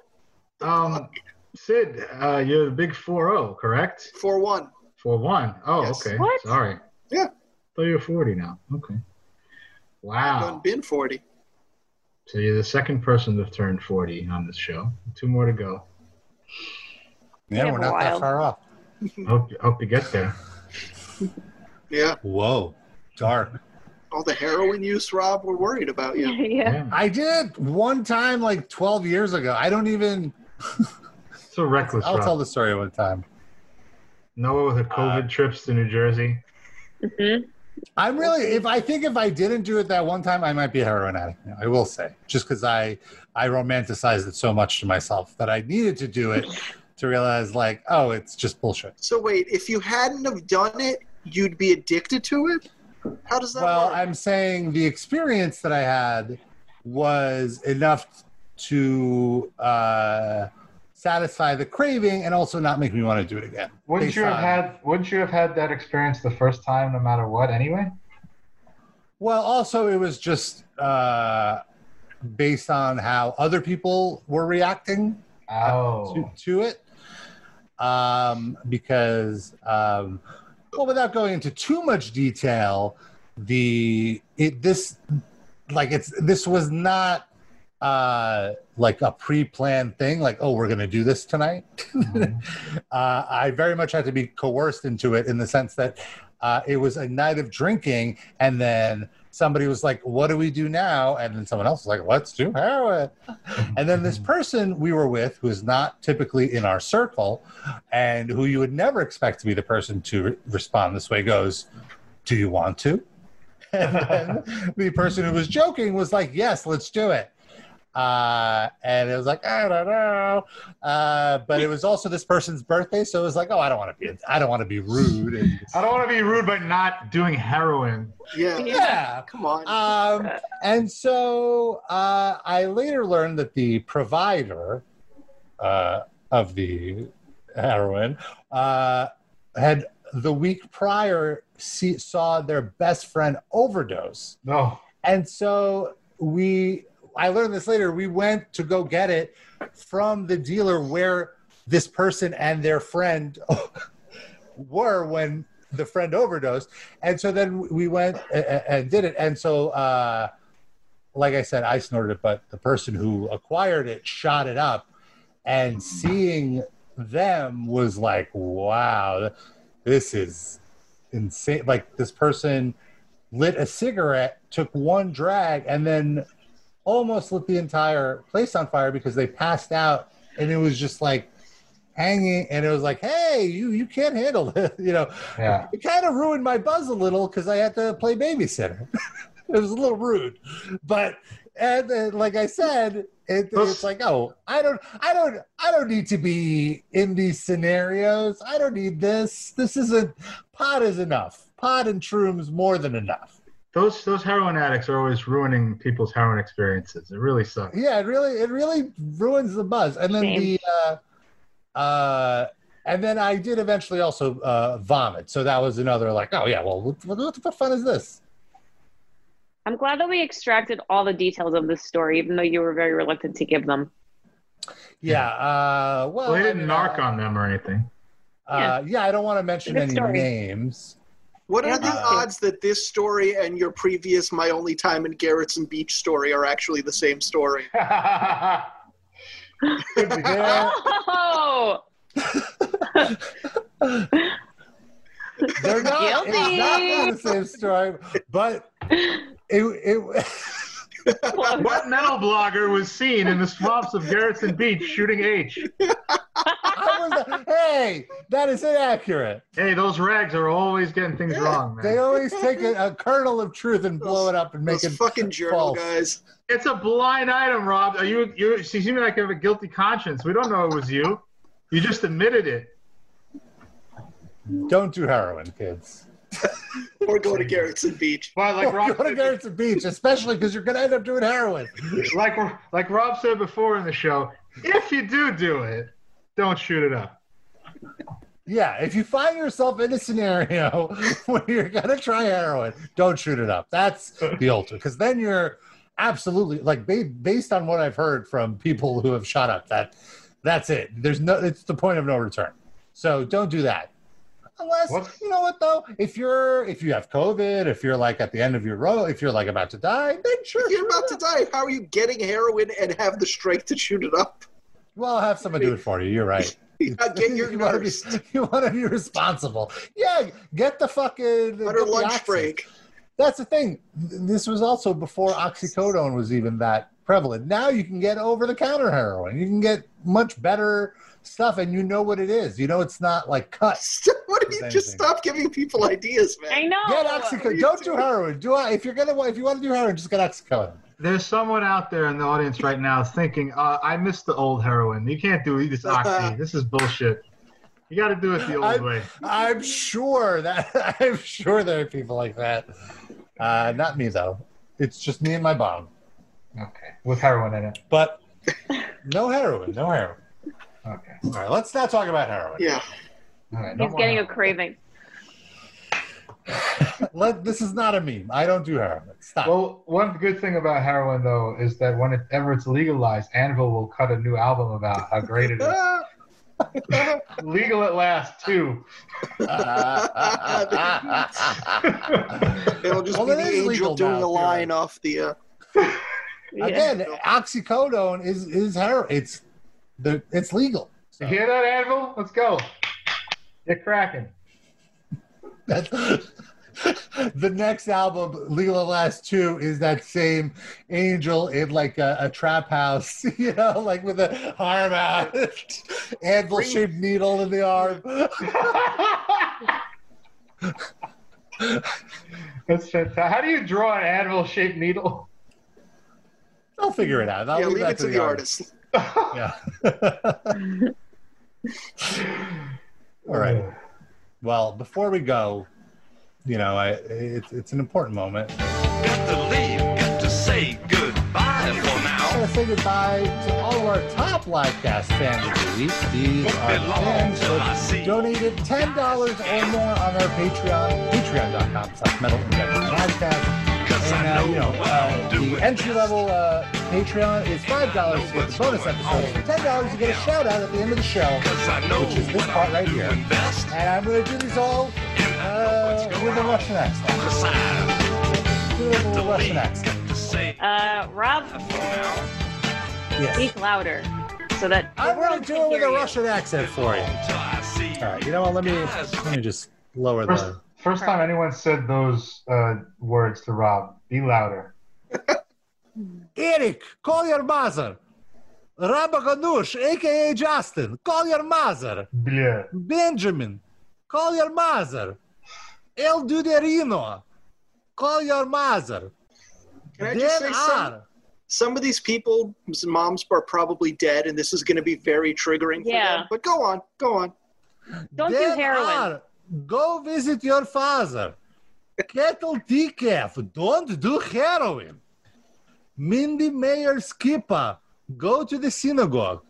D: no,
C: Um, Sid, uh, you're the big 4 0, correct?
D: four one.
C: 4 1. Oh,
D: Yes.
C: okay.
E: What?
C: Sorry.
D: Yeah.
C: So you're 40 now. Okay.
B: Oh.
D: Done
C: Wow.
D: bin forty.
C: So you're the second person to turn 40 on this show. Two more to go.
B: Yeah,
E: Yeah,
B: we're
E: for a
B: not that
E: while.
B: far off.
C: Hope, hope you get there.
D: Yeah,
B: Whoa, dark.
D: all the heroin use, Rob. We're worried about you.
E: yeah.
B: I did one time like 12 years ago. I don't even.
C: It's a reckless
B: I'll
C: run.
B: tell the story one time.
C: Noah with her COVID trips to New Jersey.
E: hmm
B: I'm really. If I think if I didn't do it that one time, I might be a heroin addict. Now, I will say, just because I I romanticized it so much to myself that I needed to do it to realize like, oh, it's just bullshit.
D: So wait, if you hadn't have done it, you'd be addicted to it. How does that
B: Well,
D: work?
B: I'm saying the experience that I had was enough to uh, satisfy the craving and also not make me want to do it again.
C: Wouldn't
B: Based
C: you have
B: on-
C: had? Wouldn't you have had that experience the first time, no matter what, anyway?
B: Well, also it was just uh, based on how other people were reacting to,
C: Oh,
B: to it. Um, because, um, well, without going into too much detail, the it this like it's this was not uh like a pre-planned thing like oh we're gonna do this tonight uh i very much had to be coerced into it in the sense that uh it was a night of drinking and then somebody was like what do we do now and then someone else was like let's do heroin and then this person we were with who is not typically in our circle and who you would never expect to be the person to re- respond this way goes do you want to and then the person who was joking was like yes let's do it uh, and it was like I don't know, uh, but it was also this person's birthday, so it was like, oh, I don't want to be, I don't want to be rude. And,
C: I don't want to be rude by not doing heroin.
D: Yeah,
B: yeah,
D: come on.
B: um, and so uh, I later learned that the provider uh, of the heroin uh, had the week prior see, saw their best friend overdose,
C: No,
B: and so we. I learned this later. We went to go get it from the dealer where this person and their friend were when the friend overdosed. And so then we went a- a- and did it. And so, uh, like I said, I snorted it, but the person who acquired it shot it up. And seeing them was like, wow, this is insane. Like, this person lit a cigarette, took one drag, and then almost lit the entire place on fire because they passed out. And it was just like hanging. And it was like, hey, you, you can't handle this, you know
C: yeah.
B: it kind of ruined my buzz a little because I had to play babysitter. it was a little rude, but and, uh, like I said, it, it's like, oh, I don't, I don't, I don't need to be in these scenarios. I don't need this. This isn't pot is enough. Pot and shrooms more than enough.
C: Those those heroin addicts are always ruining people's heroin experiences. It really sucks.
B: Yeah, it really, it really ruins the buzz. And then
E: Same.
B: the, uh, uh, and then I did eventually also uh, vomit. So that was another like, oh yeah, well, what, what the fun is this?
E: I'm glad that we extracted all the details of this story, even though you were very reluctant to give them.
B: Yeah. Uh, well,
C: Well, they
B: I
C: didn't
B: mean,
C: narc
B: uh,
C: on them or anything.
B: Uh, yeah, I don't want to mention
E: Good
B: any
E: story.
B: names.
D: What are the
E: Yeah.
D: odds that this story and your previous My Only Time in Garrettson Beach story are actually the same story?
C: Could be.
E: Oh,
B: They're not, it's
E: Guilty.
B: not really the same story, but it, it
C: what metal blogger was seen in the swamps of Garrison Beach shooting H?
B: I was like, hey, that is inaccurate.
C: Hey, those rags are always getting things wrong, man.
B: They always take a, a kernel of truth and blow it up and make
D: Those
B: it
D: fucking journal
B: false.
D: guys.
C: It's a blind item, Rob. Are you you she seemed like you have a guilty conscience. We don't know it was you. You just admitted it.
B: Don't do heroin, kids.
D: Or go to Garrettson Beach.
C: But like
B: Go
C: Rob
B: to Garrison Beach, especially because you're going to end up doing heroin.
C: like like Rob said before in the show, if you do do it, don't shoot it up.
B: Yeah, if you find yourself in a scenario where you're gonna try heroin, don't shoot it up. That's the ultimate, because then you're absolutely like ba- based on what I've heard from people who have shot up. That that's it. There's no. It's the point of no return. So don't do that. Unless
C: What?
B: you know what though, if you're if you have COVID, if you're like at the end of your row, if you're like about to die, then sure.
D: If you're
B: shoot
D: about
B: it
D: to
B: up.
D: die, how are you getting heroin and have the strength to shoot it up?
B: Well, have someone do it for you. You're right.
D: Yeah, get your
B: you wanna be-
D: nurse.
B: You want to be responsible. Yeah, get the fucking
D: On
B: get
D: her
B: the
D: lunch
B: oxy.
D: break.
B: That's the thing. Th- This was also before oxycodone was even that prevalent. Now you can get over the counter heroin. You can get much better stuff, and you know what it is. You know it's not like cut.
D: what do you
B: Same
D: just
B: thing.
D: stop giving people ideas,
E: I
D: man?
E: know.
B: Get oxycodone. Don't do heroin. Do I? If you're gonna, if you want to do heroin, just get oxycodone.
C: There's someone out there in the audience right now thinking, uh, I miss the old heroin. You can't do this oxy. This is bullshit. You got to do it the old
B: I-
C: way.
B: I'm sure that I'm sure there are people like that. Uh, not me though. It's just me and my bomb.
C: Okay. With heroin in it.
B: But no heroin. No heroin.
C: Okay.
B: All right, let's not talk about heroin.
D: Yeah.
C: All right. no
E: He's
C: more
E: getting a
C: heroin.
E: craving.
B: Let, this is not a meme. I don't do heroin. Stop.
C: Well, one good thing about heroin, though, is that when it ever it's legalized, Anvil will cut a new album about how great it is.
D: Ah,
C: Legal at last, too.
D: it'll just
B: Well,
D: be
B: it
D: the
B: is
D: angel
B: legal
D: doing
B: now,
D: a line
B: theoretically.
D: off the. Uh,
E: Yeah.
B: Again, oxycodone is is heroin. It's the it's legal.
C: You
B: So
C: hear that, Anvil? Let's go. You're cracking.
B: that- the next album, Legal at Last Two, is that same angel in like a, a trap house, you know, like with a arm out, anvil shaped needle in the arm.
C: That's fantastic. How do you draw an anvil shaped needle?
B: I'll figure it out. I'll
D: yeah, leave
B: that
D: it to the artist.
B: Yeah. All right.
C: Oh.
B: Well, before we go, you know, I it's it's an important moment.
I: Got to leave, got to say goodbye for
B: I
I: now.
B: want to say goodbye to all of our top livecast fans of the week. These are fans that donated ten dollars or more on our Patreon, patreon.com slash metal injection podcast.
I: Cause I
B: And uh,
I: know
B: you know,
I: what I'm
B: uh,
I: doing.
B: the entry level uh, Patreon is five dollars to get the bonus episodes. For ten dollars you get a shout out at the end of the show.
I: Cause I know
B: which is this
I: what
B: part
I: I'm
B: right here.
I: doing best.
B: And I'm gonna do these all
I: And I know
B: uh,
I: what's
B: with
I: going
B: a
I: on.
B: Russian accent.
I: Besides,
B: Do it with a
I: got to leave,
B: Russian accent.
I: got to say
E: Uh, Rob,
I: for now.
B: Yes.
E: speak louder so that
B: I'm gonna do it with a Russian accent for you.
I: Till I see
B: All right, you know what? Let me let me just lower
C: First,
B: the.
C: first time anyone said those uh, words to Rob. Be louder.
B: Eric, call your mother. Rabba Ganush, aka Justin, call your mother.
C: Bleh.
B: Benjamin, call your mother. El Duderino, call your mother.
D: Can I just say
B: Dan
D: some,
B: R.
D: some of these people's moms are probably dead, and this is going to be very triggering for
E: Yeah.
D: them. But go on, go on.
E: Don't do
B: Dan
E: heroin.
B: R, Go visit your father. Kettle TKF, don't do heroin. Mindy Mayer Skipper, go to the synagogue.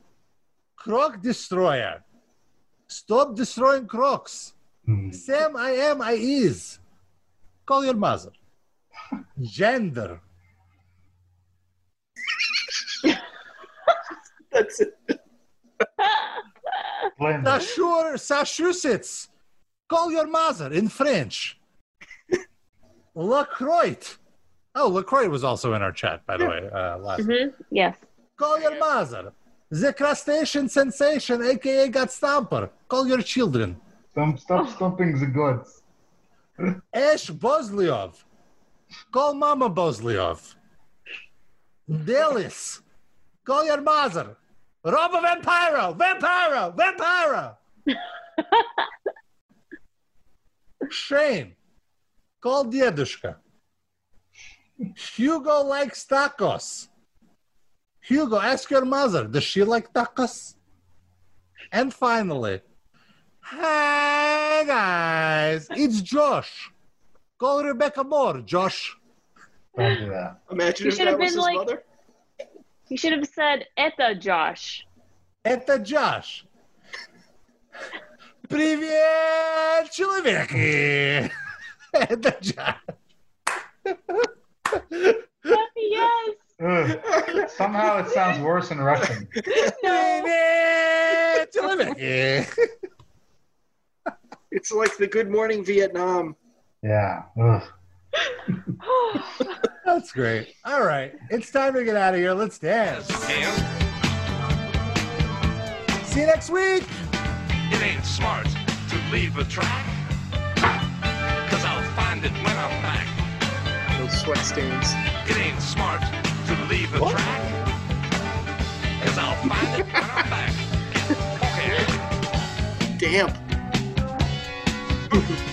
B: Croc Destroyer, stop destroying crocs. Sam, I am, I is. Call your mother. Gender.
D: That's it.
C: Blender.
B: Sashur, Massachusetts. Call your mother in French. LaCroix. Oh, LaCroix was also in our chat, by the way, uh, last
E: hmm Yes.
B: Call your mother. The crustacean sensation, aka God Stomper. Call your children.
C: Stop, stop stumping the goods.
B: Ash Bosliov. Call Mama Bosliov. Delis. Call your mother. Rob a Vampiro! Vampiro! Vampiro! Shane. Call Дедушка. Hugo likes tacos. Hugo, ask your mother, does she like tacos? And finally, hey guys, it's Josh. Call Rebecca Moore, Josh.
C: Don't do that.
D: Imagine
E: You
D: if
E: should
D: that
E: have
D: was
E: been
D: his
E: like-
D: mother.
E: You should have said Eta Josh.
B: Это Josh. Привет, человеки! Это Josh.
E: yes.
C: Ugh. Somehow it sounds worse in Russian.
B: Привет, человеки!
D: It's like the Good Morning Vietnam.
C: Yeah. Ugh.
B: That's great. All right, it's time to get out of here. Let's dance.
I: And
B: See you next week.
I: it ain't smart to leave a track. Cause I'll find it when I'm back.
D: Those sweat stains.
I: It ain't smart to leave a track. Cause I'll find it when I'm back. Okay.
D: Damp.